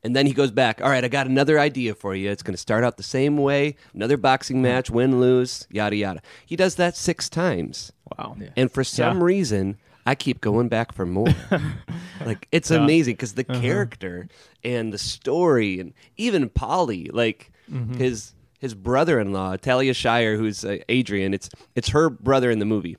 Speaker 3: And then he goes back. All right, I got another idea for you. It's going to start out the same way. Another boxing match, win, lose, yada, yada. He does that six times.
Speaker 1: Wow.
Speaker 2: Yeah.
Speaker 3: And for some
Speaker 1: Yeah.
Speaker 3: reason, I keep going back for more. like, it's amazing because the character and the story, and even Polly, like his his brother in law, Talia Shire, who's uh, Adrian, it's, it's her brother in the movie.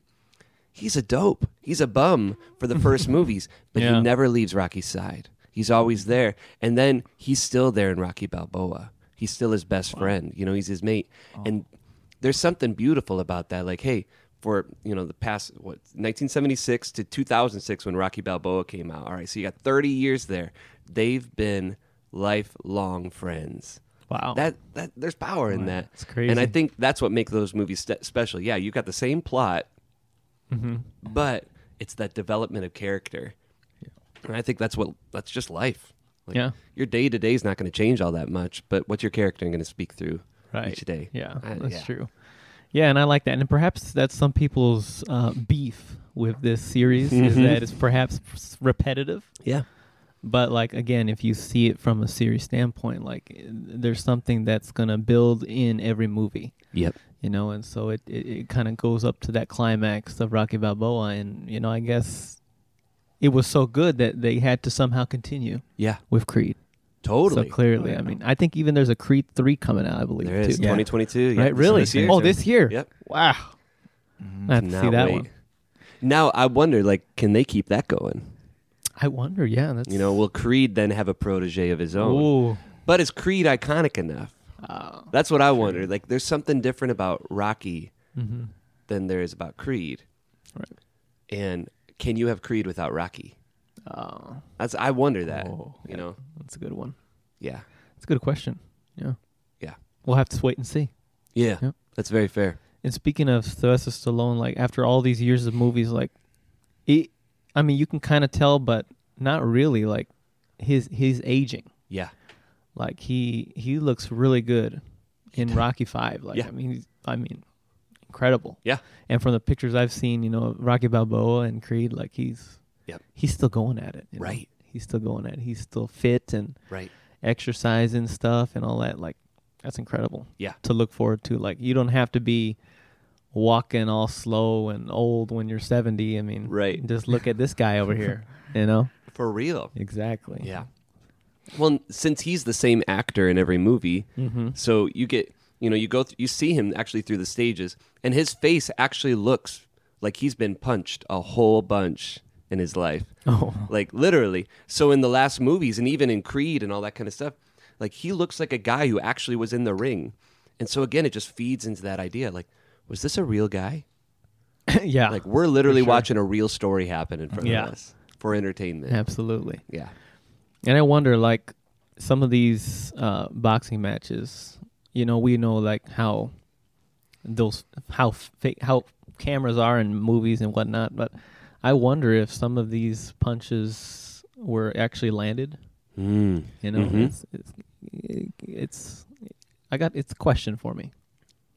Speaker 3: He's a dope. He's a bum for the first movies, but
Speaker 1: Yeah.
Speaker 3: he never leaves Rocky's side. He's always there. And then he's still there in Rocky Balboa. He's still his best friend. You know, he's his mate. And there's something beautiful about that. Like, hey, for you know the past what 1976 to 2006 when Rocky Balboa came out. All right, so you got 30 years there. They've been lifelong friends.
Speaker 1: Wow.
Speaker 3: That that there's power in that.
Speaker 1: It's crazy.
Speaker 3: And I think that's what makes those movies st- special. Yeah, you got the same plot,
Speaker 1: Mm-hmm.
Speaker 3: but it's that development of character. And I think that's what that's just life. Like,
Speaker 1: Yeah.
Speaker 3: Your day to day is not going to change all that much, but what's your character going to speak through
Speaker 1: right.
Speaker 3: each day?
Speaker 1: Yeah,
Speaker 3: I-
Speaker 1: that's
Speaker 3: yeah.
Speaker 1: true. Yeah, and I like that. And perhaps that's some people's uh, beef with this series is
Speaker 3: Mm-hmm.
Speaker 1: that it's perhaps repetitive.
Speaker 3: Yeah.
Speaker 1: but like again if you see it from a serious standpoint like eh, there's something that's gonna build in every movie
Speaker 3: Yep.
Speaker 1: you know and so it, it, it kind of goes up to that climax of rocky balboa and you know i guess it was so good that they had to somehow continue
Speaker 3: Yeah,
Speaker 1: with Creed.
Speaker 3: totally. Oh,
Speaker 1: So clearly, I mean, I think even there's a Creed three coming out, I believe.
Speaker 3: there is
Speaker 1: too.
Speaker 2: Yeah.
Speaker 3: 2022. yeah,
Speaker 1: Right?
Speaker 3: this-
Speaker 1: Really?
Speaker 3: This year. Mm-hmm.
Speaker 1: Oh, this year.
Speaker 3: Yep.
Speaker 1: Wow. I have to see
Speaker 3: Cannot
Speaker 1: that
Speaker 3: wait.
Speaker 1: one.
Speaker 3: Now I wonder, like, can they keep that going?
Speaker 1: I wonder. Yeah, that's
Speaker 3: You know, will Creed then have a protege of his own?
Speaker 1: Ooh.
Speaker 3: But is Creed iconic enough?
Speaker 1: Uh,
Speaker 3: That's what I wonder. Like, there's something different about Rocky
Speaker 1: mm-hmm.
Speaker 3: than there is about Creed.
Speaker 1: Right.
Speaker 3: And can you have Creed without Rocky?
Speaker 1: uh,
Speaker 3: That's I wonder that.
Speaker 1: Oh,
Speaker 3: you know,
Speaker 1: that's a good one.
Speaker 3: yeah,
Speaker 1: That's a good question. Yeah.
Speaker 3: Yeah.
Speaker 1: We'll have to wait and see.
Speaker 3: yeah,
Speaker 1: Yep.
Speaker 3: that's very fair.
Speaker 1: And speaking of Sylvester Stallone, like after all these years of movies, like, it, I mean, you can kind of tell, but not really. Like, his his aging,
Speaker 3: Yeah,
Speaker 1: like he he looks really good in Rocky Five. Like,
Speaker 3: Yeah.
Speaker 1: I mean, he's- I mean, incredible.
Speaker 3: Yeah.
Speaker 1: And from the pictures I've seen, you know, Rocky Balboa and Creed, like he's,
Speaker 3: Yep.
Speaker 1: he's still going at it. you know?
Speaker 3: Right.
Speaker 1: He's still going at it. He's still fit and
Speaker 3: right.
Speaker 1: exercising stuff and all that like that's incredible
Speaker 3: Yeah.
Speaker 1: to look forward to like you don't have to be walking all slow and old when you're 70 i mean
Speaker 3: Right.
Speaker 1: just look at this guy over
Speaker 3: (laughs)
Speaker 1: here you know
Speaker 3: For real.
Speaker 1: exactly
Speaker 3: Yeah. Well, since he's the same actor in every movie,
Speaker 1: mm-hmm.
Speaker 3: so you get you know you go th- you see him actually through the stages, and his face actually looks like he's been punched a whole bunch in his life,
Speaker 1: oh (laughs)
Speaker 3: like literally. So in the last movies, and even in Creed and all that kind of stuff, like he looks like a guy who actually was in the ring, and so again, it just feeds into that idea, like. Was this a real guy?
Speaker 1: yeah
Speaker 3: Like we're literally
Speaker 1: sure.
Speaker 3: watching a real story happen in front
Speaker 1: Yeah.
Speaker 3: of us for entertainment.
Speaker 1: absolutely
Speaker 3: Yeah.
Speaker 1: and i wonder like some of these uh boxing matches you know we know like how those how fake how cameras are in movies and whatnot but i wonder if some of these punches were actually landed
Speaker 3: Mm.
Speaker 1: You know,
Speaker 3: Mhm.
Speaker 1: it's, it's it's I got it's a question for me.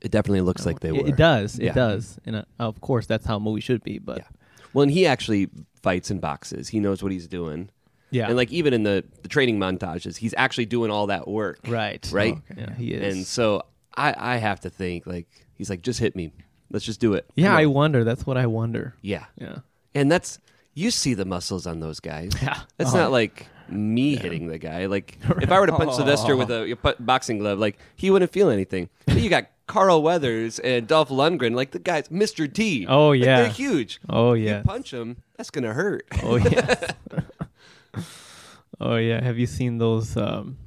Speaker 3: It definitely looks like they
Speaker 1: it,
Speaker 3: were.
Speaker 1: It does. It
Speaker 3: Yeah.
Speaker 1: does. And uh, of course, that's how a movie should be. But
Speaker 3: Yeah. Well, and he actually fights in boxes. He knows what he's doing.
Speaker 1: yeah,
Speaker 3: And like even in the, the training montages, he's actually doing all that work.
Speaker 1: right,
Speaker 3: Right?
Speaker 1: Oh, okay. yeah, he is.
Speaker 3: And so I, I have to think like he's like, just hit me. Let's just do it.
Speaker 1: yeah,
Speaker 3: Come
Speaker 1: I
Speaker 3: on."
Speaker 1: wonder. That's what I wonder.
Speaker 3: yeah.
Speaker 1: Yeah,
Speaker 3: And that's you see the muscles on those guys.
Speaker 1: (laughs) Yeah. Uh-huh.
Speaker 3: That's not like me hitting the guy.
Speaker 1: (laughs)
Speaker 3: Like if I were to punch Sylvester with a, a pu- boxing glove, like he wouldn't feel anything. But you got Carl Weathers and Dolph Lundgren, like the guys, Mr. T.
Speaker 1: Oh,
Speaker 3: Like,
Speaker 1: yeah.
Speaker 3: they're huge.
Speaker 1: Oh,
Speaker 3: You
Speaker 1: yeah.
Speaker 3: punch him, that's gonna hurt. (laughs)
Speaker 1: Oh yeah. (laughs) oh yeah. Have you seen those um,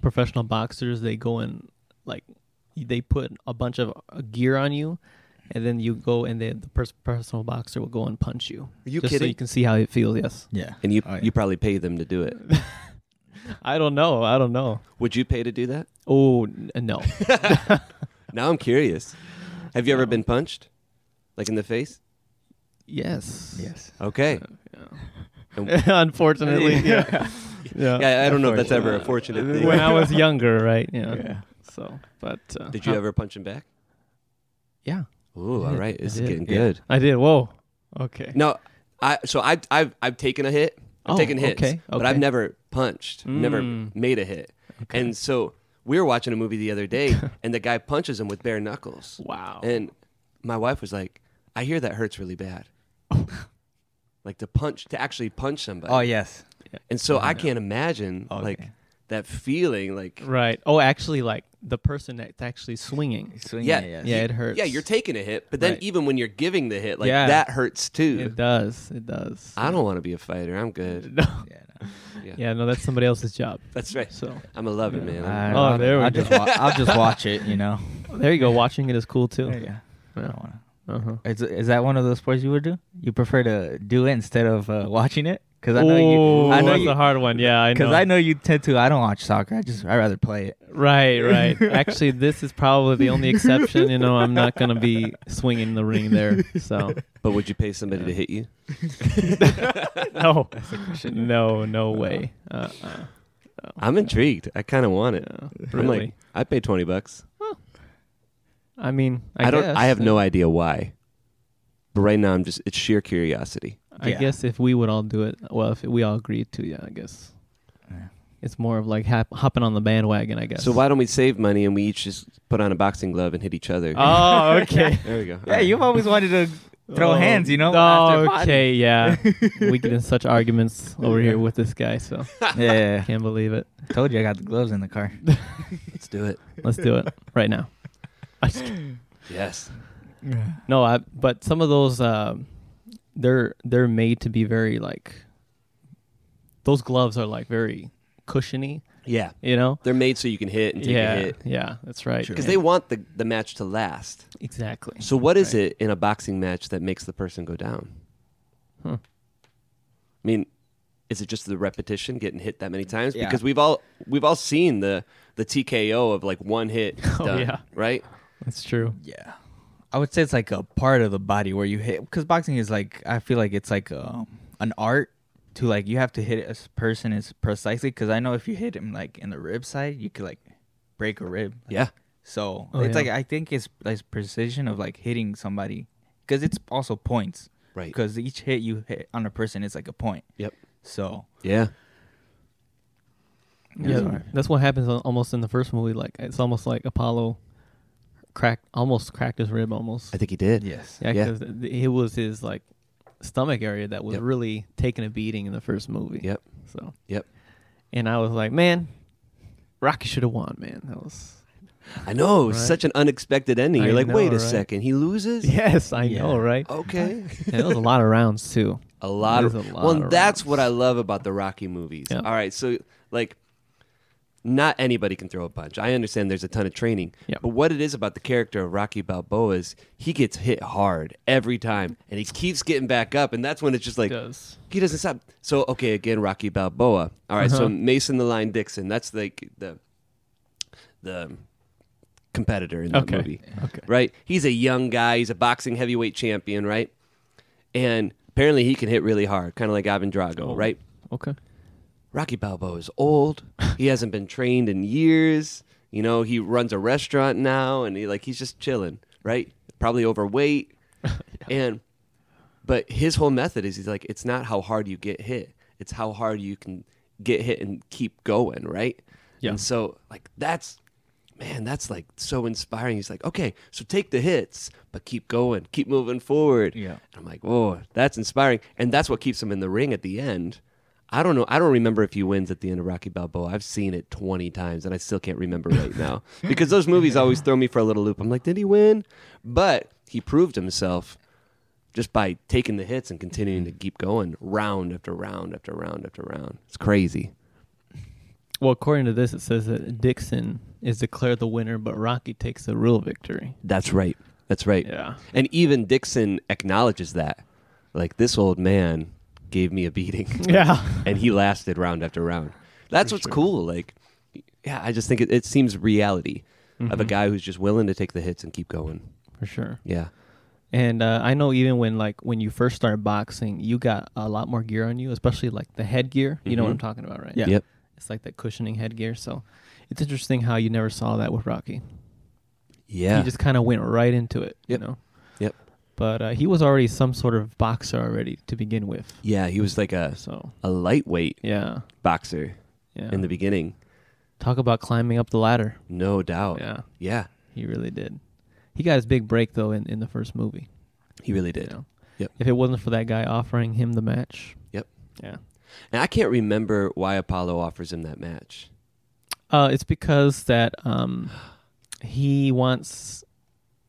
Speaker 1: professional boxers? They go and like they put a bunch of uh, gear on you, and then you go and then the pers- personal boxer will go and punch you.
Speaker 3: Are you
Speaker 1: just So
Speaker 3: kidding?
Speaker 1: you can see how it feels. Yes.
Speaker 2: Yeah.
Speaker 3: And you
Speaker 2: Oh, yeah.
Speaker 3: you probably pay them to do it.
Speaker 1: (laughs) I don't know. I don't know.
Speaker 3: Would you pay to do that?
Speaker 1: Oh n- no. (laughs)
Speaker 3: Now I'm curious. Have you ever been punched? Like in the face?
Speaker 1: yes.
Speaker 2: (laughs) Yes.
Speaker 3: Okay.
Speaker 1: (laughs) Uh,
Speaker 3: (laughs)
Speaker 1: Unfortunately.
Speaker 2: (laughs)
Speaker 1: Yeah. yeah.
Speaker 3: Yeah, I don't know if that's ever a
Speaker 1: Unfortunately. (laughs)
Speaker 3: fortunate thing.
Speaker 1: When
Speaker 3: (laughs)
Speaker 1: I was younger, right? Yeah.
Speaker 2: Yeah.
Speaker 1: So, but uh,
Speaker 3: Did you ever punch him back?
Speaker 1: Yeah.
Speaker 3: Ooh,
Speaker 1: I
Speaker 3: all
Speaker 1: did.
Speaker 3: right.
Speaker 1: I
Speaker 3: This is
Speaker 1: did.
Speaker 3: getting
Speaker 2: Yeah.
Speaker 3: good.
Speaker 1: I did. Whoa. Okay.
Speaker 3: No, I so I I've I've taken a hit. I've
Speaker 1: Oh,
Speaker 3: taken hits,
Speaker 1: okay,
Speaker 3: but
Speaker 1: okay.
Speaker 3: I've never punched, never
Speaker 1: Mm.
Speaker 3: made a hit. And so we were watching a movie the other
Speaker 1: (laughs)
Speaker 3: day, and the guy punches him with bare knuckles.
Speaker 1: Wow.
Speaker 3: And my wife was like, "I hear that hurts really
Speaker 1: (laughs)
Speaker 3: bad." like to punch to actually punch somebody.
Speaker 2: Oh yes.
Speaker 3: And so I can't imagine
Speaker 2: Okay.
Speaker 3: like that feeling like
Speaker 1: right. Oh, actually, like the person that's actually swinging.
Speaker 2: Swinging
Speaker 3: yeah,
Speaker 2: it, yes.
Speaker 1: Yeah, it hurts.
Speaker 3: Yeah, you're taking a hit, but then
Speaker 1: Right.
Speaker 3: even when you're giving the hit, like
Speaker 1: Yeah.
Speaker 3: that hurts too.
Speaker 1: It does. It does. (laughs)
Speaker 3: I don't want to be a fighter. I'm good.
Speaker 1: No.
Speaker 2: Yeah, no.
Speaker 1: Yeah. No, that's somebody else's job.
Speaker 3: That's right.
Speaker 1: So
Speaker 3: I'm a lover, man. I'm-
Speaker 2: I-
Speaker 1: Oh,
Speaker 2: I'll-
Speaker 1: there we
Speaker 2: I'll
Speaker 1: go.
Speaker 2: Just wa- I'll just watch it. You know.
Speaker 1: there you go. Watching it is cool too.
Speaker 2: yeah. I
Speaker 1: Yeah.
Speaker 2: don't wanna.
Speaker 1: Uh-huh.
Speaker 2: Is, is that one of those sports you would do? You prefer to do it instead of uh, watching it? Because I know you. I know
Speaker 1: that's a
Speaker 2: you.
Speaker 1: hard one. Yeah, I know.
Speaker 2: Because I know you tend to. I don't watch soccer. I just. I rather play it.
Speaker 1: Right, right.
Speaker 3: (laughs)
Speaker 1: Actually, this is probably the only exception. You know, I'm not gonna be swinging the ring there.
Speaker 3: (laughs)
Speaker 1: So
Speaker 3: But would you pay somebody to hit you?
Speaker 1: no, no, no
Speaker 3: Uh-huh.
Speaker 1: way. Uh, uh,
Speaker 3: I'm intrigued. I kind of want it.
Speaker 1: yeah,
Speaker 3: I'm
Speaker 1: really?
Speaker 3: like, I pay twenty bucks.
Speaker 1: I mean, I,
Speaker 3: I, don't.
Speaker 1: guess-
Speaker 3: I have no idea why. But right now, I'm just. It's sheer curiosity.
Speaker 1: I
Speaker 2: Yeah.
Speaker 1: guess if we would all do it, well, if we all agreed to, yeah, I guess
Speaker 2: Yeah.
Speaker 1: it's more of like hap- hopping on the bandwagon. I guess.
Speaker 3: So why don't we save money and we each just put on a boxing glove and hit each other?
Speaker 1: (laughs) Oh, okay.
Speaker 3: There we go.
Speaker 2: Yeah, you've always wanted to throw
Speaker 1: Oh.
Speaker 2: hands, you know? after
Speaker 1: Oh,
Speaker 2: potty.
Speaker 1: okay, yeah. we get in such arguments over here with this guy, so
Speaker 2: (laughs) Yeah, yeah, yeah.
Speaker 1: can't believe it.
Speaker 2: Told you I got the gloves in the car.
Speaker 3: Let's do it.
Speaker 1: Let's do it right now. (laughs) I just
Speaker 3: Yes.
Speaker 1: No, I, but some of those uh, they're they're made to be very like those gloves are like very cushiony,
Speaker 3: Yeah.
Speaker 1: you know?
Speaker 3: They're made so you can hit and take
Speaker 1: yeah.
Speaker 3: a hit.
Speaker 1: Yeah, that's right.
Speaker 3: Because they want the, the match to last.
Speaker 1: Exactly.
Speaker 3: So what is it in a boxing match that makes the person go down?
Speaker 1: Huh.
Speaker 3: I mean, is it just the repetition getting hit that many times?
Speaker 2: Yeah.
Speaker 3: Because we've all we've all seen the the TKO of like one hit
Speaker 1: (laughs)
Speaker 3: it's
Speaker 1: Oh,
Speaker 3: done,
Speaker 1: yeah.
Speaker 3: right?
Speaker 1: That's true.
Speaker 2: Yeah. I would say it's like a part of the body where you hit because boxing is like I feel like it's like um, an art to like you have to hit a s- person is precisely because I know if you hit him like in the rib side you could like break a rib
Speaker 3: Yeah.
Speaker 2: so
Speaker 1: Oh,
Speaker 2: it's
Speaker 1: yeah.
Speaker 2: like I think it's like precision of like hitting somebody because it's also points
Speaker 3: Right.
Speaker 2: because each hit you hit on a person is like a point
Speaker 3: Yep.
Speaker 2: so
Speaker 3: Yeah.
Speaker 1: Yeah, that's what happens al- almost in the first movie. Like it's almost like Apollo cracked almost cracked his rib almost.
Speaker 3: I think he did.
Speaker 2: yes
Speaker 1: Yeah,
Speaker 3: yeah.
Speaker 1: because it was his like stomach area that was
Speaker 3: Yep.
Speaker 1: really taking a beating in the first movie.
Speaker 3: Yep.
Speaker 1: So
Speaker 3: Yep.
Speaker 1: and I was like, man, Rocky should have won, man. That was
Speaker 3: I know. It was
Speaker 1: Right.
Speaker 3: such an unexpected ending.
Speaker 1: I
Speaker 3: You're like,
Speaker 1: know,
Speaker 3: wait a
Speaker 1: right?
Speaker 3: second, he loses?
Speaker 1: Yes, I
Speaker 2: Yeah.
Speaker 1: know, right? (laughs)
Speaker 3: Oh. Okay.
Speaker 1: Yeah, that was a lot of rounds too.
Speaker 3: A lot of
Speaker 1: There's a lot
Speaker 3: well, and
Speaker 1: of
Speaker 3: that's
Speaker 1: rounds.
Speaker 3: what I love about the Rocky movies.
Speaker 1: Yeah.
Speaker 3: All right, so like, not anybody can throw a punch. I understand there's a ton of training,
Speaker 1: Yeah.
Speaker 3: but what it is about the character of Rocky Balboa is he gets hit hard every time, and he keeps getting back up, and that's when it's just (laughs) like
Speaker 1: does.
Speaker 3: he doesn't stop. So okay, again, Rocky Balboa. All right,
Speaker 1: Uh-huh.
Speaker 3: so Mason the Lion Dixon. That's like the the competitor in that
Speaker 1: Okay.
Speaker 3: movie
Speaker 1: Okay.
Speaker 3: right? He's a young guy. He's a boxing heavyweight champion, right? And apparently he can hit really hard, kind of like Ivan Drago,
Speaker 1: Oh.
Speaker 3: right?
Speaker 1: Okay.
Speaker 3: Rocky Balboa is old. he hasn't been trained in years. You know, he runs a restaurant now, and he like he's just chilling, right? Probably overweight, and but his whole method is he's like, it's not how hard you get hit, it's how hard you can get hit and keep going, right?
Speaker 1: Yeah.
Speaker 3: And so like that's man, that's like so inspiring. He's like, okay, so take the hits, but keep going, keep moving forward.
Speaker 2: Yeah.
Speaker 3: And I'm like, whoa, that's inspiring, and that's what keeps him in the ring at the end. I don't know. I don't remember if he wins at the end of Rocky Balboa. I've seen it 20 times and I still can't remember right now because those movies always throw me for a little loop. I'm like, did he win? But he proved himself just by taking the hits and continuing to keep going round after round after round after round. It's crazy.
Speaker 1: Well, according to this, it says that Dixon is declared the winner, but Rocky takes the real victory.
Speaker 3: That's right. That's right.
Speaker 1: Yeah.
Speaker 3: And even Dixon acknowledges that. Like, this old man gave me a beating.
Speaker 1: (laughs)
Speaker 3: (laughs)
Speaker 1: Yeah.
Speaker 3: and he lasted round after round. That's what's cool. Like, yeah, I just think it, it seems reality of a guy who's just willing to take the hits and keep going.
Speaker 1: Mm-hmm. For sure.
Speaker 3: Yeah.
Speaker 1: And uh, I know even when like when you first started boxing, you got a lot more gear on you, especially like the headgear. You know what I'm
Speaker 3: Mm-hmm.
Speaker 1: talking about, right?
Speaker 2: Yeah.
Speaker 3: Yep.
Speaker 1: It's like that cushioning headgear. So it's interesting how you never saw that with Rocky.
Speaker 3: Yeah.
Speaker 1: He just kind of went right into it.
Speaker 3: Yep.
Speaker 1: You know.
Speaker 3: Yep.
Speaker 1: But uh, he was already some sort of boxer already to begin with.
Speaker 3: yeah, he was like a,
Speaker 1: So
Speaker 3: a lightweight
Speaker 1: yeah.
Speaker 3: boxer
Speaker 1: Yeah.
Speaker 3: in the beginning.
Speaker 1: Talk about climbing up the ladder.
Speaker 3: No doubt.
Speaker 1: Yeah.
Speaker 3: Yeah.
Speaker 1: He really did. He got his big break though in, in the first movie.
Speaker 3: He really
Speaker 1: You
Speaker 3: did.
Speaker 1: know?
Speaker 3: Yep.
Speaker 1: If it wasn't for that guy offering him the match.
Speaker 3: Yep.
Speaker 1: Yeah.
Speaker 3: And I can't remember why Apollo offers him that match.
Speaker 1: Uh, it's because that um, he wants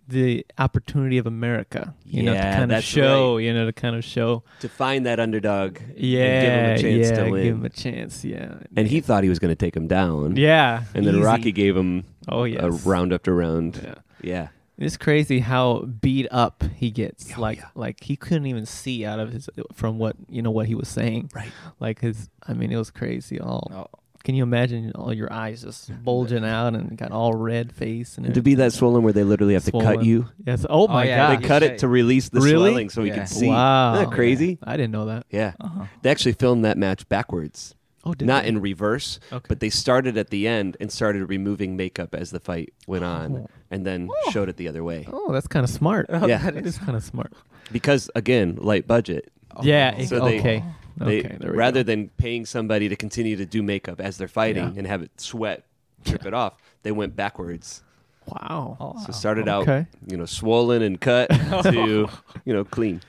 Speaker 1: the opportunity of America. You know, to
Speaker 3: Yeah,
Speaker 1: kind of
Speaker 3: that's
Speaker 1: show. You know, to kind of show.
Speaker 3: To find that underdog
Speaker 1: Yeah.
Speaker 3: and give him a chance
Speaker 1: yeah.
Speaker 3: to win.
Speaker 1: Give him a chance. Yeah.
Speaker 3: and he thought he was going to take him down.
Speaker 1: Yeah.
Speaker 3: And then
Speaker 1: easy.
Speaker 3: Rocky gave him
Speaker 1: Oh yes.
Speaker 3: a round after round.
Speaker 1: Yeah.
Speaker 3: Yeah.
Speaker 1: It's crazy how beat up he gets.
Speaker 3: Oh,
Speaker 1: like
Speaker 3: yeah.
Speaker 1: like he couldn't even see out of his from what you know what he was saying.
Speaker 3: Right.
Speaker 1: Like his I mean it was crazy. All
Speaker 2: Oh,
Speaker 1: can you imagine all your eyes just bulging out and got all red face and
Speaker 3: And to be that swollen where they literally have to cut
Speaker 1: Swollen.
Speaker 3: you.
Speaker 1: Yes. Oh my
Speaker 2: yeah,
Speaker 1: god.
Speaker 3: They
Speaker 2: Gosh.
Speaker 3: cut it to release the
Speaker 1: Really?
Speaker 3: swelling so he
Speaker 2: Yeah.
Speaker 3: could see.
Speaker 1: Wow.
Speaker 3: Isn't that crazy?
Speaker 1: I didn't know that.
Speaker 3: Yeah.
Speaker 2: uh-huh.
Speaker 3: They actually filmed that match backwards.
Speaker 1: Oh, did
Speaker 3: Not
Speaker 1: they?
Speaker 3: in reverse,
Speaker 1: Okay.
Speaker 3: but they started at the end and started removing makeup as the fight went on and then showed it the other way.
Speaker 1: Oh, that's kind of smart.
Speaker 3: (laughs) Yeah.
Speaker 1: that is kind of smart.
Speaker 3: Because again, light budget.
Speaker 1: yeah.
Speaker 3: Oh. So they-
Speaker 1: okay.
Speaker 3: They,
Speaker 1: okay. There we
Speaker 3: rather
Speaker 1: go.
Speaker 3: than paying somebody to continue to do makeup as they're fighting
Speaker 1: Yeah.
Speaker 3: and have it sweat, drip it off, they went backwards
Speaker 1: Wow.
Speaker 2: Oh,
Speaker 3: So started out,
Speaker 1: Okay.
Speaker 3: you know, swollen and
Speaker 1: (laughs)
Speaker 3: cut to, you know, clean.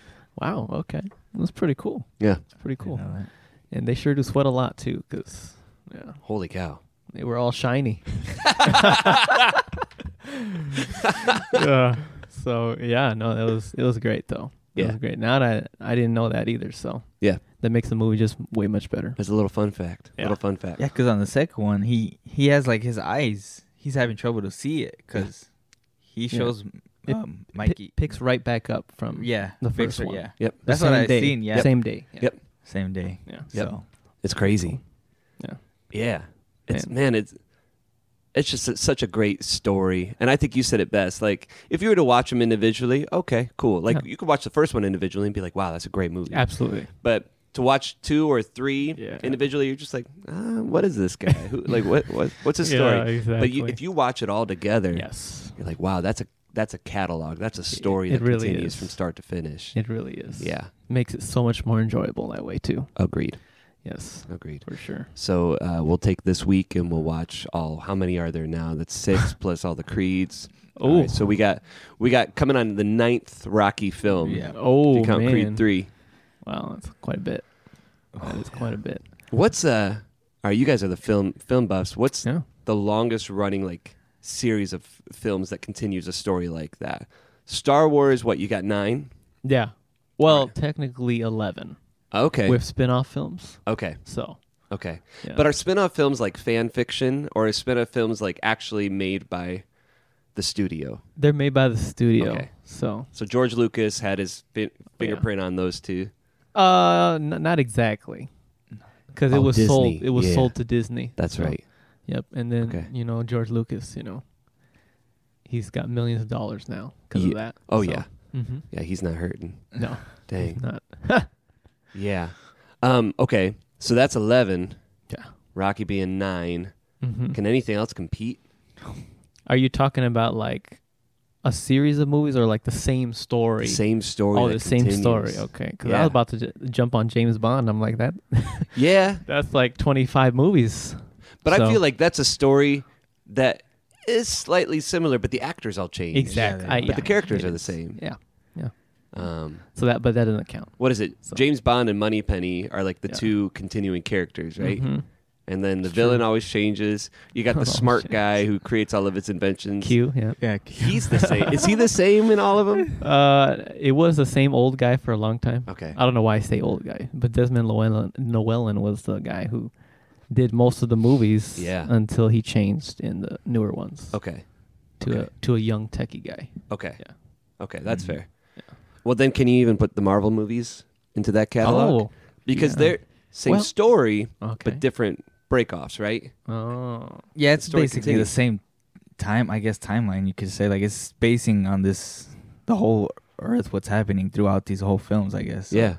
Speaker 1: Wow. Okay. That's pretty cool.
Speaker 3: Yeah.
Speaker 1: That's pretty cool.
Speaker 2: You know that.
Speaker 1: And they sure do sweat a lot too, because yeah,
Speaker 3: Holy cow.
Speaker 1: they were all
Speaker 3: (laughs)
Speaker 1: shiny. (laughs) Yeah. so yeah, no, that was it was great though. It
Speaker 3: Yeah.
Speaker 1: was great. Now that I, I didn't know that either, so
Speaker 3: Yeah.
Speaker 1: that makes the movie just way much better.
Speaker 3: That's a little fun fact.
Speaker 1: Yeah.
Speaker 3: Little fun fact.
Speaker 2: Yeah, because on the second one, he he has like his eyes. He's having trouble to see it because he
Speaker 1: Yeah.
Speaker 2: shows
Speaker 1: It
Speaker 2: um, Mikey.
Speaker 1: Pi- picks right back up from
Speaker 2: yeah,
Speaker 1: the
Speaker 2: picks
Speaker 1: first
Speaker 2: her-
Speaker 1: one.
Speaker 2: Yeah,
Speaker 3: Yep.
Speaker 1: the
Speaker 2: that's what
Speaker 1: same
Speaker 2: I've
Speaker 1: day.
Speaker 2: seen. Yeah,
Speaker 1: same day. Yeah.
Speaker 3: Yep.
Speaker 2: same day.
Speaker 1: Yeah.
Speaker 3: Yep.
Speaker 2: So
Speaker 3: It's crazy.
Speaker 1: Yeah.
Speaker 3: Yeah. It's
Speaker 1: Man.
Speaker 3: man, it's it's just a- such a great story. And I think you said it best. Like if you were to watch them individually, okay, cool. Like
Speaker 1: Yeah.
Speaker 3: you could watch the first one individually and be like, "Wow, that's a great movie."
Speaker 1: Absolutely.
Speaker 3: But to watch two or three
Speaker 1: Yeah.
Speaker 3: individually, you're just like, uh, "What is this guy? Who, like what, what what's
Speaker 1: (laughs)
Speaker 3: his
Speaker 1: Yeah,
Speaker 3: story?" But you,
Speaker 1: exactly.
Speaker 3: if you watch it all together,
Speaker 1: Yes.
Speaker 3: you're like, "Wow, that's a that's a catalog. That's a story
Speaker 1: it
Speaker 3: that
Speaker 1: really
Speaker 3: continues
Speaker 1: is.
Speaker 3: from start to finish."
Speaker 1: It really is.
Speaker 3: Yeah.
Speaker 1: Makes it so much more enjoyable that way too.
Speaker 3: Agreed.
Speaker 1: Yes.
Speaker 3: Agreed.
Speaker 1: For sure.
Speaker 3: So uh, we'll take this week and we'll watch all. How many are there now? That's
Speaker 1: (laughs)
Speaker 3: six plus all the creeds. All
Speaker 1: Ooh.
Speaker 3: right, so we got we got coming on the ninth Rocky film.
Speaker 2: Yeah.
Speaker 3: If
Speaker 1: Oh
Speaker 3: you count
Speaker 1: man.
Speaker 3: Creed three.
Speaker 1: Wow, that's quite a bit. That is quite a bit.
Speaker 3: What's uh? All right, you guys are the film film buffs. What's
Speaker 1: Yeah.
Speaker 3: the longest running like series of f- films that continues a story like that? Star Wars. What you got nine?
Speaker 1: Yeah. Well, technically 11
Speaker 3: Okay.
Speaker 1: with spin-off films.
Speaker 3: okay.
Speaker 1: So,
Speaker 3: Okay.
Speaker 1: yeah.
Speaker 3: But are spin-off films like fan fiction or are spin-off films like actually made by the studio?
Speaker 1: they're made by the studio.
Speaker 3: Okay.
Speaker 1: So,
Speaker 3: So George Lucas had his fi- fingerprint on those two.
Speaker 1: uh n- not exactly. Cuz it
Speaker 3: Oh,
Speaker 1: was sold
Speaker 3: Disney.
Speaker 1: it was
Speaker 3: Yeah.
Speaker 1: sold to Disney.
Speaker 3: That's
Speaker 1: So,
Speaker 3: right.
Speaker 1: Yep. And then,
Speaker 3: Okay.
Speaker 1: you know, George Lucas, you know, he's got millions of dollars now cuz
Speaker 3: Ye-
Speaker 1: of that.
Speaker 3: Oh yeah, (laughs)
Speaker 1: Mhm.
Speaker 3: yeah. He's not hurting.
Speaker 1: No.
Speaker 3: Dang.
Speaker 1: Not.
Speaker 3: Yeah. Um. Okay. So that's eleven.
Speaker 1: Yeah.
Speaker 3: Rocky being nine.
Speaker 1: Mhm.
Speaker 3: Can anything else compete?
Speaker 1: Are you talking about like a series of movies or like the same story?
Speaker 3: The same story.
Speaker 1: Oh,
Speaker 3: that
Speaker 1: the same story.
Speaker 3: continues.
Speaker 1: Okay, because I
Speaker 3: Yeah.
Speaker 1: was about to j- jump on James Bond. I'm like that.
Speaker 3: Yeah,
Speaker 1: That's like 25 movies.
Speaker 3: but I
Speaker 1: So-
Speaker 3: feel like that's a story that is slightly similar, but the actors all change.
Speaker 1: Exactly.
Speaker 2: Yeah,
Speaker 1: I-
Speaker 2: but
Speaker 1: yeah,
Speaker 3: But the characters
Speaker 1: it
Speaker 3: are the
Speaker 1: is.
Speaker 3: same.
Speaker 1: Yeah.
Speaker 3: Um.
Speaker 1: So that, but that doesn't count,
Speaker 3: What is it?
Speaker 1: So-
Speaker 3: James Bond and Moneypenny are like the
Speaker 1: Yeah.
Speaker 3: two continuing characters, right?
Speaker 1: Mhm.
Speaker 3: And then the
Speaker 1: It's
Speaker 3: villain
Speaker 1: true.
Speaker 3: always changes. You got
Speaker 1: (laughs)
Speaker 3: the
Speaker 1: Always
Speaker 3: smart
Speaker 1: changes.
Speaker 3: guy who creates all of its inventions.
Speaker 1: Q. Yeah.
Speaker 2: yeah,
Speaker 3: He's the
Speaker 1: (laughs)
Speaker 3: same. Is he the same in all of them?
Speaker 1: Uh, it was the same old guy for a long time.
Speaker 3: Okay.
Speaker 1: I don't know why I say old guy, but Desmond Llewellyn, Llewellyn was the guy who did most of the movies.
Speaker 3: Yeah.
Speaker 1: Until he changed in the newer ones.
Speaker 3: Okay.
Speaker 1: To
Speaker 3: okay. Oh,
Speaker 1: a to a young techie guy.
Speaker 3: Okay.
Speaker 1: Yeah. Mm-hmm.
Speaker 3: Okay, that's fair. Well, then can you even put the Marvel movies into that catalog?
Speaker 1: Oh.
Speaker 3: because
Speaker 1: yeah.
Speaker 3: they're same
Speaker 1: Well-
Speaker 3: story
Speaker 1: Oh, Okay.
Speaker 3: but different breakoffs, right?
Speaker 1: oh.
Speaker 2: yeah. It's
Speaker 3: story
Speaker 2: basically
Speaker 3: continues.
Speaker 2: the same time, I guess, timeline. You could say like it's spacing on this the whole Earth, what's happening throughout these whole films. I guess. So,
Speaker 3: Yeah.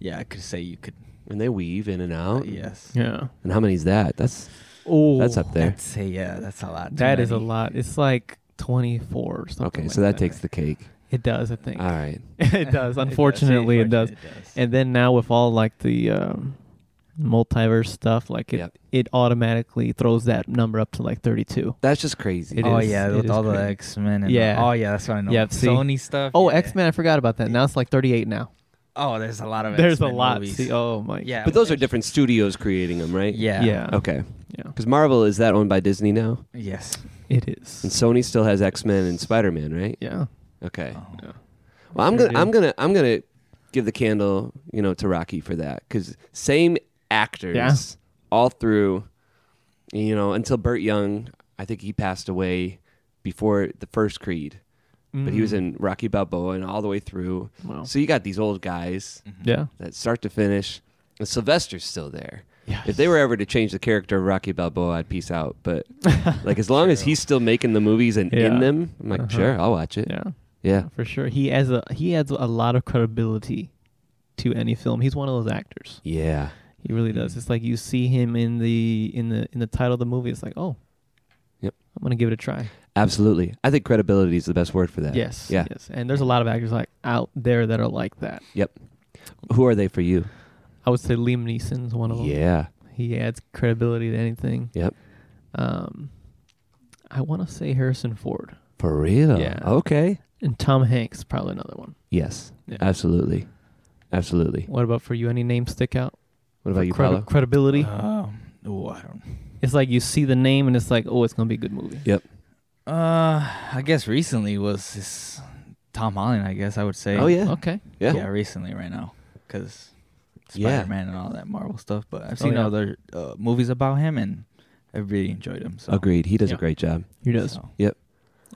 Speaker 2: yeah. I could say you could.
Speaker 3: And they weave in and out.
Speaker 2: yes.
Speaker 1: Yeah.
Speaker 3: And how many's that? That's
Speaker 1: Oh.
Speaker 3: that's up there.
Speaker 2: I'd say yeah. That's a lot. Too
Speaker 1: That is a
Speaker 2: many.
Speaker 1: lot. (laughs) It's like 24 or something.
Speaker 3: okay,
Speaker 1: like
Speaker 3: so that, takes the cake.
Speaker 1: It does, I think. (laughs)
Speaker 3: All right. (laughs)
Speaker 2: (laughs)
Speaker 1: it does. Unfortunately, it does.
Speaker 2: Unfortunately, it does.
Speaker 1: And then now with all like the um, multiverse stuff, like it
Speaker 3: Yep.
Speaker 1: it automatically throws that number up to like 32.
Speaker 3: That's just crazy.
Speaker 1: It
Speaker 2: oh
Speaker 1: is-
Speaker 2: yeah,
Speaker 1: it
Speaker 2: with
Speaker 1: is
Speaker 2: all the
Speaker 1: crazy.
Speaker 2: X Men and
Speaker 1: Yeah.
Speaker 2: yeah. oh yeah, that's what I know.
Speaker 1: Yeah, see?
Speaker 2: Sony stuff.
Speaker 1: Oh,
Speaker 2: yeah.
Speaker 1: X Men! I forgot about that. Now it's like 38 now.
Speaker 2: Oh, there's a lot of.
Speaker 1: There's a
Speaker 2: X-Men
Speaker 1: lot.
Speaker 2: Movies.
Speaker 1: See, oh my.
Speaker 2: yeah,
Speaker 3: But those are different studios creating them, right?
Speaker 2: Yeah.
Speaker 1: Yeah.
Speaker 3: Okay.
Speaker 1: Yeah.
Speaker 3: Cuz Marvel is that owned by Disney now?
Speaker 2: Yes.
Speaker 1: It
Speaker 3: And
Speaker 1: is.
Speaker 3: Sony still has X-Men and Spider-Man, right?
Speaker 1: Yeah.
Speaker 3: Okay.
Speaker 2: Oh.
Speaker 3: Well, I'm
Speaker 1: Sure
Speaker 3: gonna,
Speaker 1: do.
Speaker 3: I'm gonna, I'm gonna give the candle, you know, to Rocky for that because same actors
Speaker 1: Yeah.
Speaker 3: all through, you know, until Burt Young. I think he passed away before the first Creed, but he was
Speaker 1: Mm.
Speaker 3: in Rocky Balboa and all the way through.
Speaker 1: Wow.
Speaker 3: So you got these old guys
Speaker 1: Yeah.
Speaker 3: that start to finish, and Sylvester's still there.
Speaker 1: Yeah.
Speaker 3: If they were ever to change the character of Rocky Balboa, I'd peace out. But like, as long as he's still making the movies and
Speaker 1: Yeah.
Speaker 3: in them, I'm like,
Speaker 1: Uh-huh.
Speaker 3: sure, I'll watch it.
Speaker 1: (laughs) Yeah.
Speaker 3: yeah.
Speaker 1: For sure. He has a he adds a lot of credibility to any film. He's one of those actors.
Speaker 3: yeah.
Speaker 1: He really
Speaker 3: Mm.
Speaker 1: does. It's like you see him in the in the in the title of the movie. It's like, oh,
Speaker 3: Yep.
Speaker 1: I'm gonna give it a try.
Speaker 3: Absolutely. I think credibility is the best word for that.
Speaker 1: Yes,
Speaker 3: Yeah.
Speaker 1: yes. And there's a lot of actors like out there that are like that.
Speaker 3: Who are they for you?
Speaker 1: I would say Liam Neeson's one of them.
Speaker 3: Yeah.
Speaker 1: He adds credibility to anything.
Speaker 3: Yep.
Speaker 1: Um, I want to say Harrison Ford
Speaker 3: For real?
Speaker 1: Yeah.
Speaker 3: Okay.
Speaker 1: and Tom Hanks, probably another one.
Speaker 3: Yes.
Speaker 1: Yeah.
Speaker 3: Absolutely. Absolutely.
Speaker 1: What about for you? Any names stick out?
Speaker 3: What about you,
Speaker 1: Credi-
Speaker 3: Paulo?
Speaker 1: credibility.
Speaker 2: Um, oh, I don't.
Speaker 1: it's like you see the name and it's like, oh, it's gonna be a good movie.
Speaker 3: Yep.
Speaker 2: Uh, I guess recently was this Tom Holland. I guess I would say.
Speaker 3: Oh yeah.
Speaker 1: Okay.
Speaker 3: Yeah.
Speaker 2: yeah, recently right now because
Speaker 3: Yeah.
Speaker 2: Spider Man and all that Marvel stuff. But I've
Speaker 1: Oh,
Speaker 2: seen
Speaker 1: yeah.
Speaker 2: other uh, movies about him and I really enjoyed him. So
Speaker 3: Agreed. He does a
Speaker 2: Yeah.
Speaker 3: great job.
Speaker 1: He does.
Speaker 2: So,
Speaker 1: What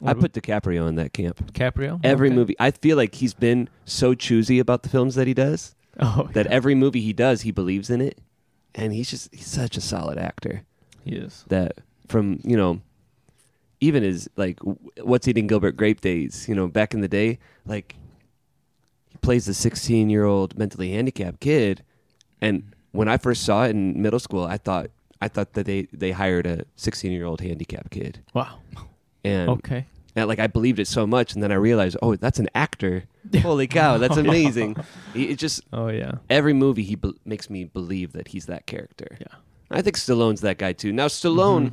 Speaker 3: I
Speaker 1: about
Speaker 3: put DiCaprio in that camp.
Speaker 1: Caprio.
Speaker 3: Every movie, I feel like he's been so choosy about the films that he does
Speaker 1: (laughs) Oh,
Speaker 3: that every movie he does, he believes in it, and he's just he's such a solid actor
Speaker 1: he is.
Speaker 3: that from you know, even his like w- what's eating Gilbert Grape days, you know, back in the day, like he plays the sixteen year old mentally handicapped kid, and when I first saw it in middle school, I thought I thought that they they hired a sixteen year old handicapped kid,
Speaker 1: Wow.
Speaker 3: and (laughs)
Speaker 1: Okay.
Speaker 3: and like I believed it so much, and then I realized, oh, that's an actor. Holy cow, that's amazing! It, it just
Speaker 1: Oh yeah.
Speaker 3: every movie he be- makes me believe that he's that character.
Speaker 1: Yeah. Mm-hmm.
Speaker 3: I think Stallone's that guy too. Now Stallone,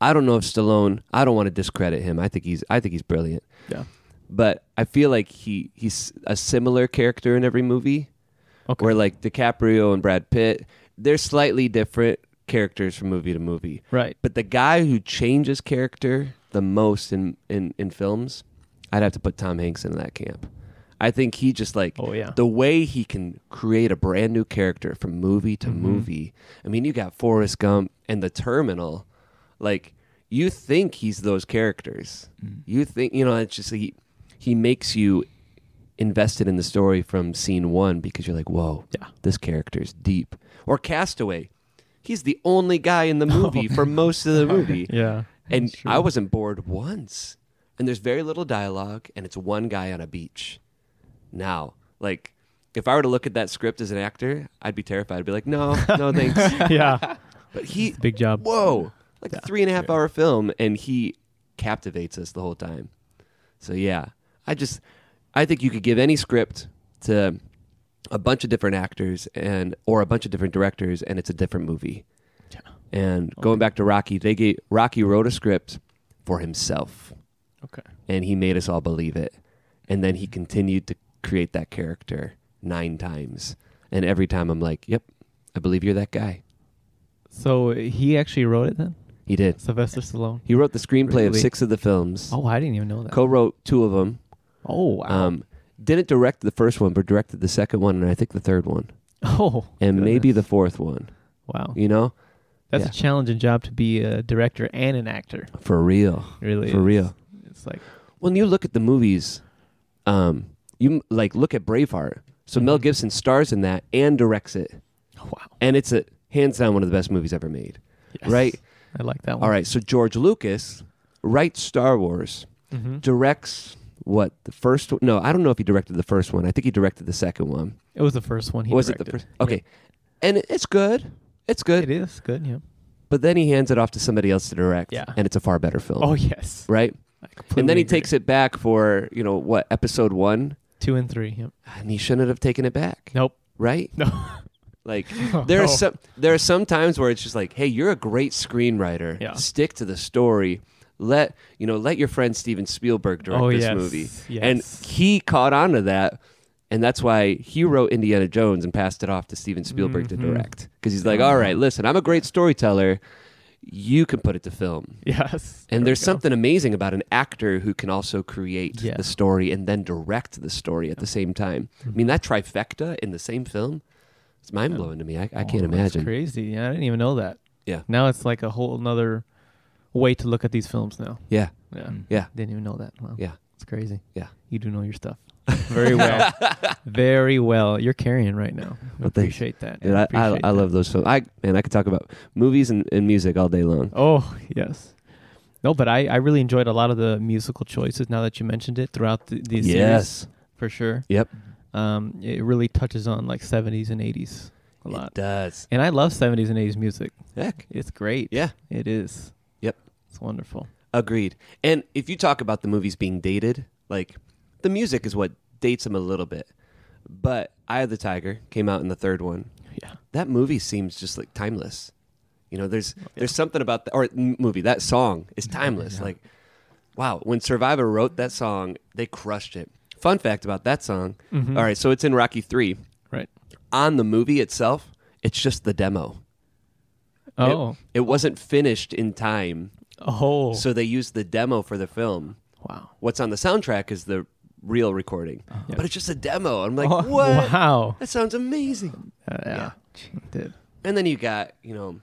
Speaker 3: I don't know if Stallone. I don't want to discredit him. I think he's I think he's brilliant,
Speaker 1: Yeah.
Speaker 3: but I feel like he he's a similar character in every movie.
Speaker 1: Okay.
Speaker 3: Where like DiCaprio and Brad Pitt, they're slightly different characters from movie to movie.
Speaker 1: Right.
Speaker 3: But the guy who changes character the most in, in, in films, I'd have to put Tom Hanks in that camp. I think he just like
Speaker 1: Oh yeah.
Speaker 3: the way he can create a brand new character from movie to movie. I mean, you got Forrest Gump and The Terminal. Like you think he's those characters.
Speaker 2: mm.
Speaker 3: You think you know it's just he he makes you invested in the story from scene 1 because you're like, "Whoa,
Speaker 1: Yeah.
Speaker 3: this character's deep." Or Castaway. He's the only guy in the movie for most of the movie.
Speaker 1: yeah.
Speaker 3: And
Speaker 1: That's true.
Speaker 3: I wasn't bored once. And there's very little dialogue, and it's one guy on a beach. Now, like, if I were to look at that script as an actor, I'd be terrified. I'd be like, no, no, thanks.
Speaker 1: (laughs) (laughs)
Speaker 3: (laughs)
Speaker 1: yeah.
Speaker 3: but he,
Speaker 1: Big job.
Speaker 3: whoa, like a three and a half hour film, and he captivates us the whole time. So, yeah, I just, I think you could give any script to a bunch of different actors and, or a bunch of different directors, and it's a different movie.
Speaker 1: Yeah.
Speaker 3: And going back to Rocky, they gave Rocky wrote a script for himself,
Speaker 1: Okay.
Speaker 3: and he made us all believe it. And then he continued to create that character nine times, and every time I'm like, "Yep, I believe you're that guy."
Speaker 1: So he actually wrote it then,
Speaker 3: He did.
Speaker 1: Sylvester Stallone.
Speaker 3: He wrote the screenplay of
Speaker 1: Really?
Speaker 3: six of the films,
Speaker 1: Oh, I didn't even know that.
Speaker 3: co-wrote two of them.
Speaker 1: oh wow.
Speaker 3: Um, didn't direct the first one, but directed the second one, and I think the third one,
Speaker 1: (laughs) oh.
Speaker 3: and
Speaker 1: goodness.
Speaker 3: maybe the fourth one.
Speaker 1: Wow.
Speaker 3: You know,
Speaker 1: That's
Speaker 3: yeah.
Speaker 1: a challenging job to be a director and an actor.
Speaker 3: for real,
Speaker 1: Really.
Speaker 3: for
Speaker 1: is.
Speaker 3: real.
Speaker 1: It's like
Speaker 3: when you look at the movies, um, you m- like look at Braveheart. So Mel
Speaker 1: Mm-hmm.
Speaker 3: Gibson stars in that and directs it,
Speaker 1: oh, wow.
Speaker 3: and it's a hands down one of the best movies ever made.
Speaker 1: Yes.
Speaker 3: Right.
Speaker 1: I like that one.
Speaker 3: All right, so George Lucas writes Star Wars,
Speaker 1: Mm-hmm.
Speaker 3: directs what the first one? No, I don't know if he directed the first one. I think he directed the second one.
Speaker 1: It was the first one he
Speaker 3: Was it the
Speaker 1: directed.
Speaker 3: first? Okay, and it- it's good. It's
Speaker 1: Yeah.
Speaker 3: good,
Speaker 1: It is good. Yeah.
Speaker 3: but then he hands it off to somebody else to direct,
Speaker 1: Yeah.
Speaker 3: and it's a far better film,
Speaker 1: Oh yes.
Speaker 3: right?
Speaker 1: I
Speaker 3: And then
Speaker 1: completely
Speaker 3: he
Speaker 1: agree.
Speaker 3: takes it back for you know what episode one,
Speaker 1: two and three. Yep.
Speaker 3: and he shouldn't have taken it back.
Speaker 1: Nope. Oh.
Speaker 3: right?
Speaker 1: No.
Speaker 3: Like (laughs) there
Speaker 1: No.
Speaker 3: are some there are some times where it's just like, hey, you're a great screenwriter.
Speaker 1: Yeah.
Speaker 3: Stick to the story. Let you know, let your friend Steven Spielberg direct
Speaker 1: Oh,
Speaker 3: this
Speaker 1: yes.
Speaker 3: movie.
Speaker 1: Yes.
Speaker 3: And he caught on to that. And that's why he wrote Indiana Jones and passed it off to Steven Spielberg
Speaker 1: Mhm.
Speaker 3: to direct. Because he's like, all right, listen, I'm a great storyteller. You can put it to film.
Speaker 1: Yes.
Speaker 3: And
Speaker 1: There
Speaker 3: there's
Speaker 1: we go.
Speaker 3: something amazing about an actor who can also create
Speaker 1: Yeah.
Speaker 3: the story and then direct the story at the same time. I mean, that trifecta in the same film, it's mind blowing to me. I, I can't
Speaker 1: Oh, that's
Speaker 3: imagine.
Speaker 1: crazy. Yeah, I didn't even know that.
Speaker 3: Yeah.
Speaker 1: Now it's like a whole another way to look at these films now.
Speaker 3: Yeah.
Speaker 1: Yeah.
Speaker 2: Mm.
Speaker 3: Yeah.
Speaker 1: Didn't even know that. Wow.
Speaker 3: Yeah.
Speaker 1: It's crazy.
Speaker 3: Yeah.
Speaker 1: You do know your stuff.
Speaker 2: (laughs)
Speaker 1: Very well. Very well. You're carrying right now. I
Speaker 3: Well, thanks.
Speaker 1: appreciate that.
Speaker 3: Dude, I, I,
Speaker 1: appreciate
Speaker 3: I
Speaker 1: that.
Speaker 3: love those films. I man, I could talk about movies and, and music all day long.
Speaker 1: Oh, yes. No, but I, I really enjoyed a lot of the musical choices now that you mentioned it throughout the, these series for sure.
Speaker 3: Yep.
Speaker 1: Um, it really touches on like 70s and 80s a lot.
Speaker 3: It does.
Speaker 1: And I love 70s and 80s music.
Speaker 3: Heck.
Speaker 1: It's great.
Speaker 3: Yeah.
Speaker 1: It is.
Speaker 3: Yep.
Speaker 1: It's wonderful.
Speaker 3: Agreed. And if you talk about the movies being dated, like the music is what dates them a little bit. But Eye of the Tiger came out in the third one.
Speaker 1: Yeah.
Speaker 3: That movie seems just like timeless. You know, there's there's something about the or m- movie that song is timeless. Like, wow, when Survivor wrote that song, they crushed it. Fun fact about that song. All right, so it's in Rocky Three.
Speaker 1: Mm-hmm. Right.
Speaker 3: On the movie itself, it's just the demo. It-
Speaker 1: Oh.
Speaker 3: it, wasn't finished in time,
Speaker 1: oh.
Speaker 3: so they used the demo for the film.
Speaker 1: wow.
Speaker 3: What's on the soundtrack is the real recording, but it's just a demo. I'm
Speaker 1: (laughs)
Speaker 3: like,
Speaker 2: Oh,
Speaker 3: what?
Speaker 1: Uh-huh. Wow.
Speaker 3: That sounds amazing.
Speaker 1: Uh, yeah. Dude.
Speaker 3: And then you got, you know,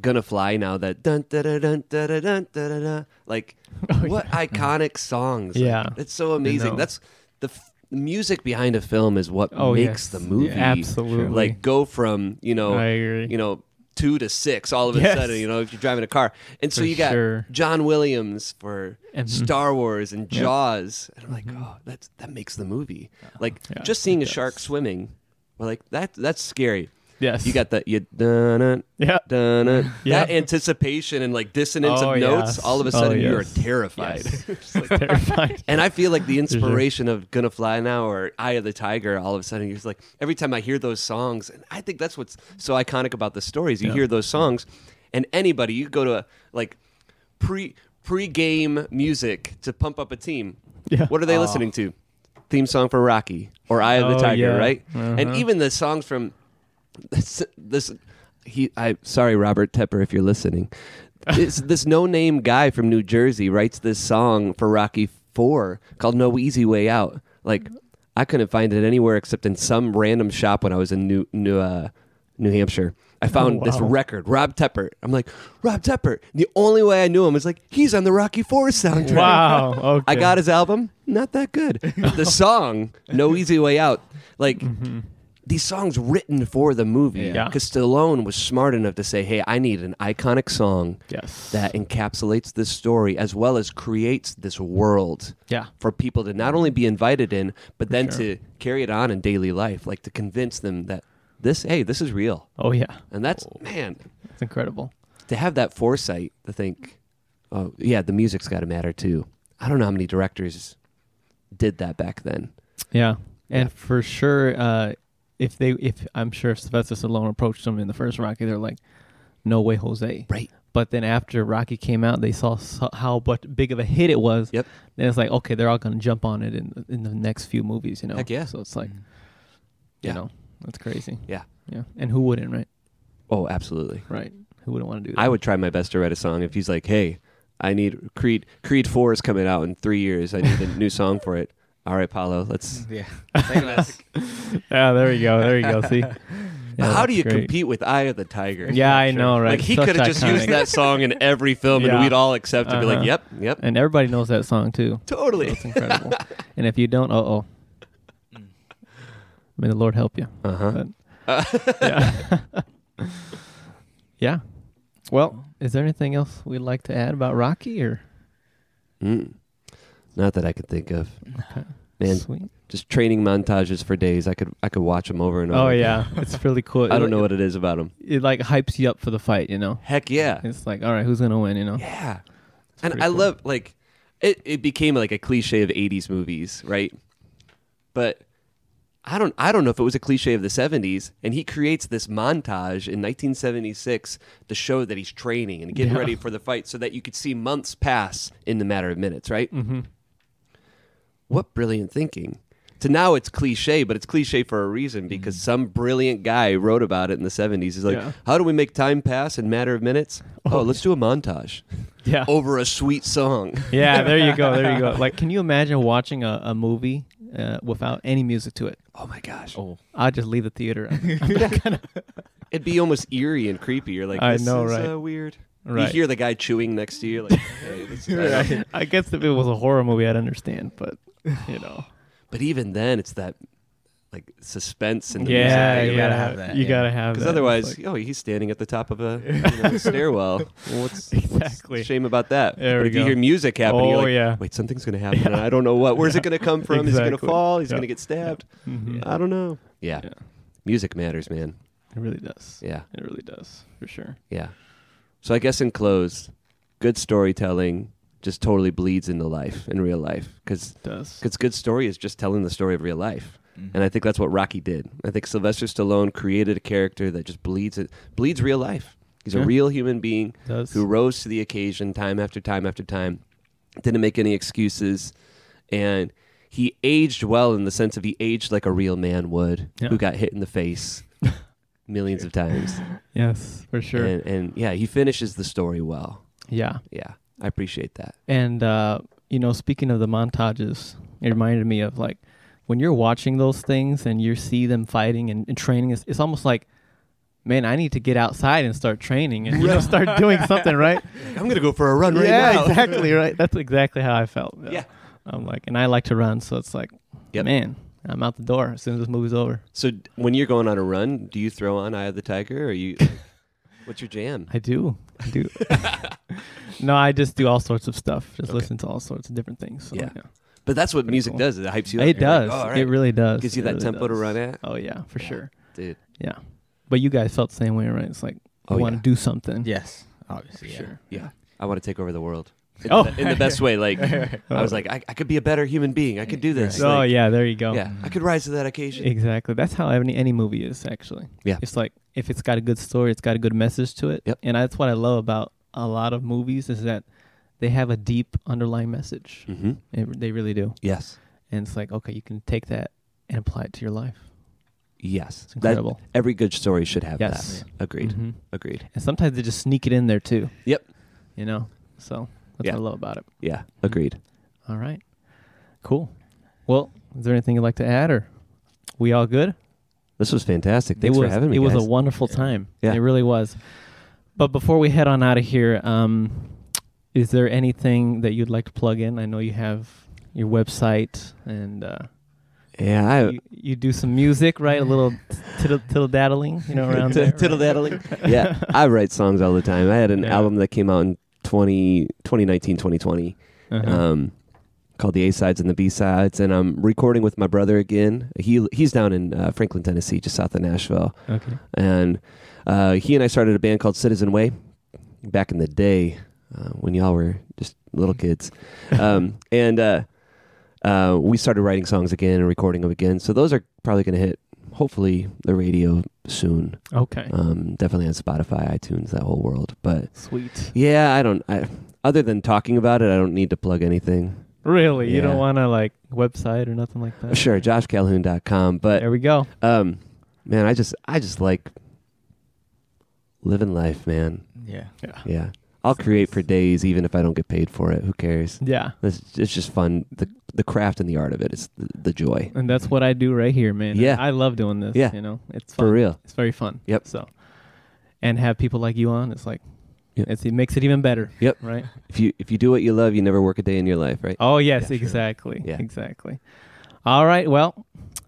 Speaker 3: Gonna Fly now that dun da da dun da da dun da da da. Like, what iconic songs. Like,
Speaker 1: Oh, (laughs) Yeah.
Speaker 3: it's so
Speaker 1: know.
Speaker 3: amazing. That's the f- music behind a film is what
Speaker 1: Oh,
Speaker 3: makes
Speaker 1: yes.
Speaker 3: the movie.
Speaker 1: Yeah, absolutely.
Speaker 3: Like, go from, you know,
Speaker 1: I agree.
Speaker 3: you know, two to six all of a
Speaker 1: Yes.
Speaker 3: sudden, you know, if you're driving a car. And so
Speaker 1: For
Speaker 3: you got
Speaker 1: sure.
Speaker 3: John Williams for
Speaker 1: Mhm.
Speaker 3: Star Wars and Jaws. And I'm like, oh, that's, that makes the movie. Like,
Speaker 1: Mm-hmm. Yeah,
Speaker 3: just seeing a shark swimming, we're like, that that's scary.
Speaker 1: Yes.
Speaker 3: You got that you dun dun
Speaker 1: Yeah. (laughs)
Speaker 3: dun dun.
Speaker 1: Yeah.
Speaker 3: that anticipation and like dissonance
Speaker 1: Oh,
Speaker 3: of notes.
Speaker 1: yes.
Speaker 3: All of
Speaker 1: Oh,
Speaker 3: a sudden, you
Speaker 1: yes.
Speaker 3: are terrified. (laughs) It's like-
Speaker 1: Terrified.
Speaker 3: (laughs) and I feel like the inspiration of "Gonna Fly Now" or "Eye of the Tiger." All of a sudden, you're just like every time I hear those songs, and I think that's what's so iconic about the stories. You hear those songs, and anybody you go to a, like pre pre-game music to pump up a team.
Speaker 1: Yeah.
Speaker 3: What are they listening to? Theme song for Rocky or Eye of the
Speaker 1: Oh,
Speaker 3: Tiger,
Speaker 1: yeah.
Speaker 3: right?
Speaker 1: Uh-huh.
Speaker 3: And even the songs from this, this he I sorry Robert Tepper if you're listening. This this (laughs) no name guy from New Jersey writes this song for Rocky Four called No Easy Way Out. Like I couldn't find it anywhere except in some random shop when I was in New New uh, New Hampshire. I found this
Speaker 1: Oh, wow.
Speaker 3: record, Rob Tepper. I'm like, Rob Tepper. And the only way I knew him was like, he's on the Rocky Four soundtrack.
Speaker 1: Wow. Okay.
Speaker 3: I got his album, not that good. But the song, No Easy Way Out, like these songs written for the movie.
Speaker 1: Mm-hmm. Yeah.
Speaker 3: Because Stallone was smart enough to say, hey, I need an iconic song
Speaker 1: Yes.
Speaker 3: that encapsulates this story as well as creates this world
Speaker 1: Yeah.
Speaker 3: for people to not only be invited in, but then to carry it on in daily life, like to convince them that this, hey, this is real.
Speaker 1: Oh yeah.
Speaker 3: And that's, man,
Speaker 1: It's incredible.
Speaker 3: to have that foresight to think, oh yeah, the music's got to matter too. I don't know how many directors did that back then.
Speaker 1: Yeah, and for sure, uh, if they, if I'm sure, if Sylvester Stallone approached them in the first Rocky, they're like, "No way, Jose."
Speaker 3: Right.
Speaker 1: But then after Rocky came out, they saw so, how but big of a hit it was.
Speaker 3: Yep.
Speaker 1: Then it's like, okay, they're all gonna jump on it in in the next few movies, you know.
Speaker 3: Heck yeah. Mm-hmm.
Speaker 1: So it's (laughs) like, you
Speaker 3: Yeah.
Speaker 1: know, that's crazy.
Speaker 3: Yeah.
Speaker 1: Yeah. And who wouldn't, right?
Speaker 3: Oh, absolutely.
Speaker 1: Right. Who wouldn't want to do that? (laughs)
Speaker 3: I would try my best to write a song if he's like, hey, I need Creed. Creed Four is coming out in three years. I need a new song for it. (laughs) All right, Paolo, let's.
Speaker 2: (laughs) Yeah.
Speaker 1: yeah. Ah, There you go. There you go.
Speaker 3: (laughs)
Speaker 1: See.
Speaker 3: But how do you compete with Eye of the Tiger?
Speaker 1: Yeah, I know, right?
Speaker 3: Like he
Speaker 1: Such
Speaker 3: could have just used
Speaker 1: iconic-
Speaker 3: that song in every film,
Speaker 1: Yeah.
Speaker 3: and we'd all accept it. Be
Speaker 1: Uh-huh.
Speaker 3: like, yep, yep,
Speaker 1: And everybody knows that song too.
Speaker 3: (laughs) totally. Mm.
Speaker 1: That's incredible. and if you don't, uh oh. May the Lord
Speaker 3: (laughs)
Speaker 1: help you.
Speaker 3: Uh-huh.
Speaker 1: But- yeah. (laughs) yeah. Well, is there anything else we'd like to add about Rocky or
Speaker 3: Mm. Not that I could think of. Man,
Speaker 1: sweet?
Speaker 3: just training montages for days. I could I could watch them over and over.
Speaker 1: Oh
Speaker 3: again.
Speaker 1: yeah, it's really cool.
Speaker 3: (laughs) I don't know what it is about them.
Speaker 1: It like hypes you up for the fight, you know.
Speaker 3: Heck yeah,
Speaker 1: It's like, all right, who's gonna win? You know.
Speaker 3: yeah. And
Speaker 1: pretty
Speaker 3: I
Speaker 1: cool.
Speaker 3: love like it. It became like a cliche of '80s movies, right? But I don't I don't know if it was a cliche of the '70s. And he creates this montage in 1976 to show that he's training and getting
Speaker 1: Yeah.
Speaker 3: ready for the fight, so that you could see months pass in the matter of minutes, right?
Speaker 1: Mm-hmm.
Speaker 3: what brilliant thinking to now it's cliche but it's cliche for a reason because some brilliant guy wrote about it in the 70s he's like
Speaker 1: Mm. Yeah.
Speaker 3: how do we make time pass in matter of minutes oh, let's do a montage
Speaker 1: Yeah.
Speaker 3: over a sweet song
Speaker 1: Yeah. There you go. There you go. Like, can you imagine watching a, a movie uh, without any music to it?
Speaker 3: (laughs) oh my gosh
Speaker 2: Oh.
Speaker 1: I'd just leave the
Speaker 3: (laughs)
Speaker 1: theater. (laughs)
Speaker 3: it'd be almost eerie and creepy you're like
Speaker 1: I
Speaker 3: this
Speaker 1: know,
Speaker 3: is,
Speaker 1: right.
Speaker 3: uh, weird
Speaker 1: Right.
Speaker 3: you hear the guy chewing next to you like
Speaker 1: (laughs)
Speaker 3: hey, this is- I don't know.
Speaker 1: I guess if it was a horror movie, I'd understand, but you
Speaker 3: (laughs)
Speaker 1: know,
Speaker 3: but even then it's that like suspense and the
Speaker 1: yeah,
Speaker 2: you
Speaker 1: you
Speaker 2: gotta
Speaker 1: gotta
Speaker 2: have
Speaker 1: have
Speaker 2: that,
Speaker 1: that. You
Speaker 2: yeah.
Speaker 1: gotta have
Speaker 3: because
Speaker 1: that.
Speaker 3: otherwise
Speaker 1: It's like-
Speaker 3: oh he's standing at the top
Speaker 1: (laughs)
Speaker 3: of a you know, stairwell well, what's
Speaker 1: exactly.
Speaker 3: Shame about that.
Speaker 1: There
Speaker 3: but
Speaker 1: we
Speaker 3: if
Speaker 1: go.
Speaker 3: you hear music happening, you're
Speaker 1: Oh,
Speaker 3: like,
Speaker 1: yeah.
Speaker 3: wait, something's going to happen. and I don't know what. Where's it going to come from? Is he going to
Speaker 1: Exactly.
Speaker 3: fall? He's
Speaker 1: Yeah.
Speaker 3: going to get stabbed.
Speaker 1: Mhm.
Speaker 3: I don't know. Yeah.
Speaker 1: Yeah.
Speaker 3: Music matters, man.
Speaker 1: It really does.
Speaker 3: Yeah.
Speaker 1: It really does for sure.
Speaker 3: Yeah. So I guess in close, good storytelling just totally bleeds into life in real life because
Speaker 1: It does.
Speaker 3: good story is just telling the story of real life.
Speaker 2: Mhm.
Speaker 3: And I think that's what Rocky did. I think Sylvester Stallone created a character that just bleeds it bleeds real life. He's
Speaker 1: Yeah.
Speaker 3: a real human being
Speaker 1: Does.
Speaker 3: who rose to the occasion time after time after time, didn't make any excuses, and he aged well in the sense of he aged like a real man would,
Speaker 1: Yeah.
Speaker 3: who got hit in the
Speaker 1: (laughs)
Speaker 3: face millions of times.
Speaker 1: Yes, for sure.
Speaker 3: And, and yeah, he finishes the story well.
Speaker 1: yeah.
Speaker 3: Yeah, I appreciate that.
Speaker 1: And uh, you know, speaking of the montages, it reminded me of like when you're watching those things and you see them fighting and, and training. It's, it's almost like, man, I need to get outside and start training and you know, start doing something, right?
Speaker 3: I'm gonna go for a (laughs) run right
Speaker 1: yeah,
Speaker 3: now.
Speaker 1: exactly, right. That's exactly how I felt.
Speaker 3: Yeah.
Speaker 1: I'm like, and I like to run, so it's like,
Speaker 3: Yep.
Speaker 1: man, I'm out the door as soon as this movie's over.
Speaker 3: (laughs) So d- when you're going on a run, do you throw on Eye of the Tiger, or you? (laughs) What's your jam?
Speaker 1: I do, I do. (laughs) no, I just do all sorts of stuff. Just listen to all sorts of different things. So,
Speaker 3: Yeah. But that's what music
Speaker 1: cool.
Speaker 3: does. It hypes you up.
Speaker 1: It
Speaker 3: You're like,
Speaker 1: does.
Speaker 3: "Oh, all
Speaker 1: It
Speaker 3: right."
Speaker 1: really does.
Speaker 3: Gives you
Speaker 1: It
Speaker 3: that
Speaker 1: really
Speaker 3: tempo to
Speaker 1: does.
Speaker 3: run at.
Speaker 1: Oh yeah, for
Speaker 3: Yeah.
Speaker 1: sure.
Speaker 3: Dude.
Speaker 1: Yeah. But you guys felt the same way, right? It's like
Speaker 3: Oh,
Speaker 1: you want to do
Speaker 3: yeah.
Speaker 1: something.
Speaker 2: Yes,
Speaker 1: For
Speaker 2: obviously. yeah.
Speaker 1: sure.
Speaker 3: Yeah. I want to take over
Speaker 1: (laughs)
Speaker 3: the world. In,
Speaker 1: Oh.
Speaker 3: the, in the best
Speaker 1: (laughs)
Speaker 3: way. Like I was like, I, I could be a better human being. I could do this.
Speaker 1: oh
Speaker 3: Like,
Speaker 1: yeah, there you go.
Speaker 3: Yeah. I could rise to that occasion.
Speaker 1: Exactly. That's how any any movie is actually.
Speaker 3: Yeah.
Speaker 1: It's like if it's got a good story, it's got a good message to it.
Speaker 3: Yep.
Speaker 1: And that's what I love about a lot of movies is that they have a deep underlying message.
Speaker 3: mm-hmm.
Speaker 1: It- they really do.
Speaker 3: Yes.
Speaker 1: And it's like, okay, you can take that and apply it to your life.
Speaker 3: Yes.
Speaker 1: It's incredible.
Speaker 3: That, every good story should have
Speaker 1: Yes.
Speaker 3: that. Agreed.
Speaker 1: Mhm.
Speaker 3: Agreed.
Speaker 1: And sometimes they just sneak it in there too.
Speaker 3: Yep.
Speaker 1: You know? So that's
Speaker 3: Yeah.
Speaker 1: what I love about it.
Speaker 3: Yeah. Agreed.
Speaker 1: All right. Cool. Well, is there anything you'd like to add or we all good?
Speaker 3: This was fantastic. Thanks
Speaker 1: it was,
Speaker 3: for having me.
Speaker 1: It was
Speaker 3: guys.
Speaker 1: a wonderful time.
Speaker 3: Yeah.
Speaker 1: It really was. But before we head on out of here, um, is there anything that you'd like to plug in? I know you have your website and uh,
Speaker 3: yeah. I,
Speaker 1: you, you do some music, right? A little tiddle, tiddle daddling, you know,
Speaker 3: (laughs)
Speaker 1: around there.
Speaker 3: tiddle daddling.
Speaker 1: (laughs)
Speaker 3: yeah, I write songs all the time. I had an
Speaker 1: Yeah.
Speaker 3: album that came out in 20, 2019, 2020
Speaker 1: Uh-huh.
Speaker 3: um, called The A Sides and the B Sides. And I'm recording with my brother again. He He's down in uh, Franklin, Tennessee, just south of Nashville.
Speaker 1: okay.
Speaker 3: And uh, he and I started a band called Citizen Way back in the day uh, when y'all were just little kids. Um, and uh, uh, we started writing songs again and recording them again. So those are probably going to hit, hopefully, the radio soon
Speaker 1: (laughs) Okay.
Speaker 3: um, definitely on Spotify, iTunes, that whole world. But
Speaker 1: Sweet.
Speaker 3: yeah, I don't. I, other than talking about it, I don't need to plug anything.
Speaker 1: Really? You don't
Speaker 3: Yeah.
Speaker 1: want to like website or nothing like that?
Speaker 3: Sure, joshcalhoun.com. But
Speaker 1: There we go.
Speaker 3: um, man, I just I just like living life, man.
Speaker 2: Yeah.
Speaker 1: Yeah.
Speaker 3: Yeah, I'll create for days, even if I don't get paid for it. Who cares?
Speaker 1: Yeah.
Speaker 3: It's, it's just fun. The the craft and the art of it is the, the joy
Speaker 1: And that's what I do right here, man.
Speaker 3: Yeah.
Speaker 1: I love doing this.
Speaker 3: Yeah.
Speaker 1: You know, it's fun.
Speaker 3: for real.
Speaker 1: It's very fun.
Speaker 3: Yep.
Speaker 1: So, and have people like you on, it's like,
Speaker 3: Yep.
Speaker 1: it's, it makes it even better.
Speaker 3: Yep.
Speaker 1: Right.
Speaker 3: If you if you do what you love, you never work a day in your life, right?
Speaker 1: Oh yes,
Speaker 3: Yeah, sure.
Speaker 1: exactly.
Speaker 3: Yeah.
Speaker 1: Exactly. All right. Well,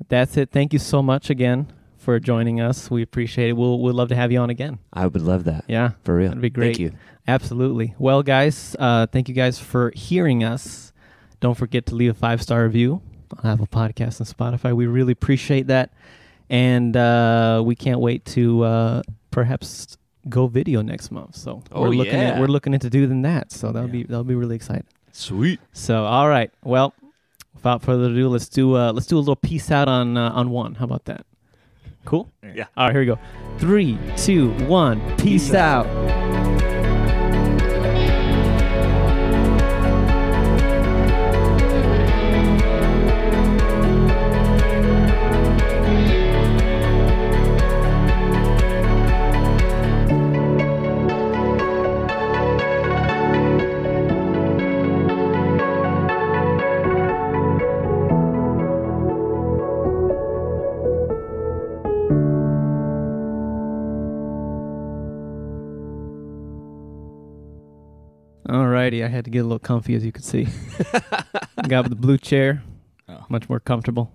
Speaker 1: that's it. Thank you so much again for joining us. We appreciate it. We'll we'd love to have you on again.
Speaker 3: I would love that.
Speaker 1: Yeah.
Speaker 3: For real,
Speaker 1: That'd be great.
Speaker 3: Thank you.
Speaker 1: Absolutely. Well, guys, uh, thank you guys for hearing us. Don't forget to leave a five star review on Apple Podcasts and Spotify. We really appreciate that. And uh, we can't wait to uh, perhaps go video next month. So
Speaker 3: Oh,
Speaker 1: we're looking at,
Speaker 3: yeah.
Speaker 1: we're looking into doing that. So that'll
Speaker 2: Yeah.
Speaker 1: be that'll be really exciting.
Speaker 3: Sweet.
Speaker 1: So all right. Well, without further ado, let's do uh, let's do a little peace out on uh, on one. How about that? Cool?
Speaker 2: Yeah.
Speaker 1: All right, here we go. Three, two, one, peace, out. Alrighty, I had to get a little comfy, as you could see. Got the blue chair,
Speaker 2: Oh.
Speaker 1: much more comfortable.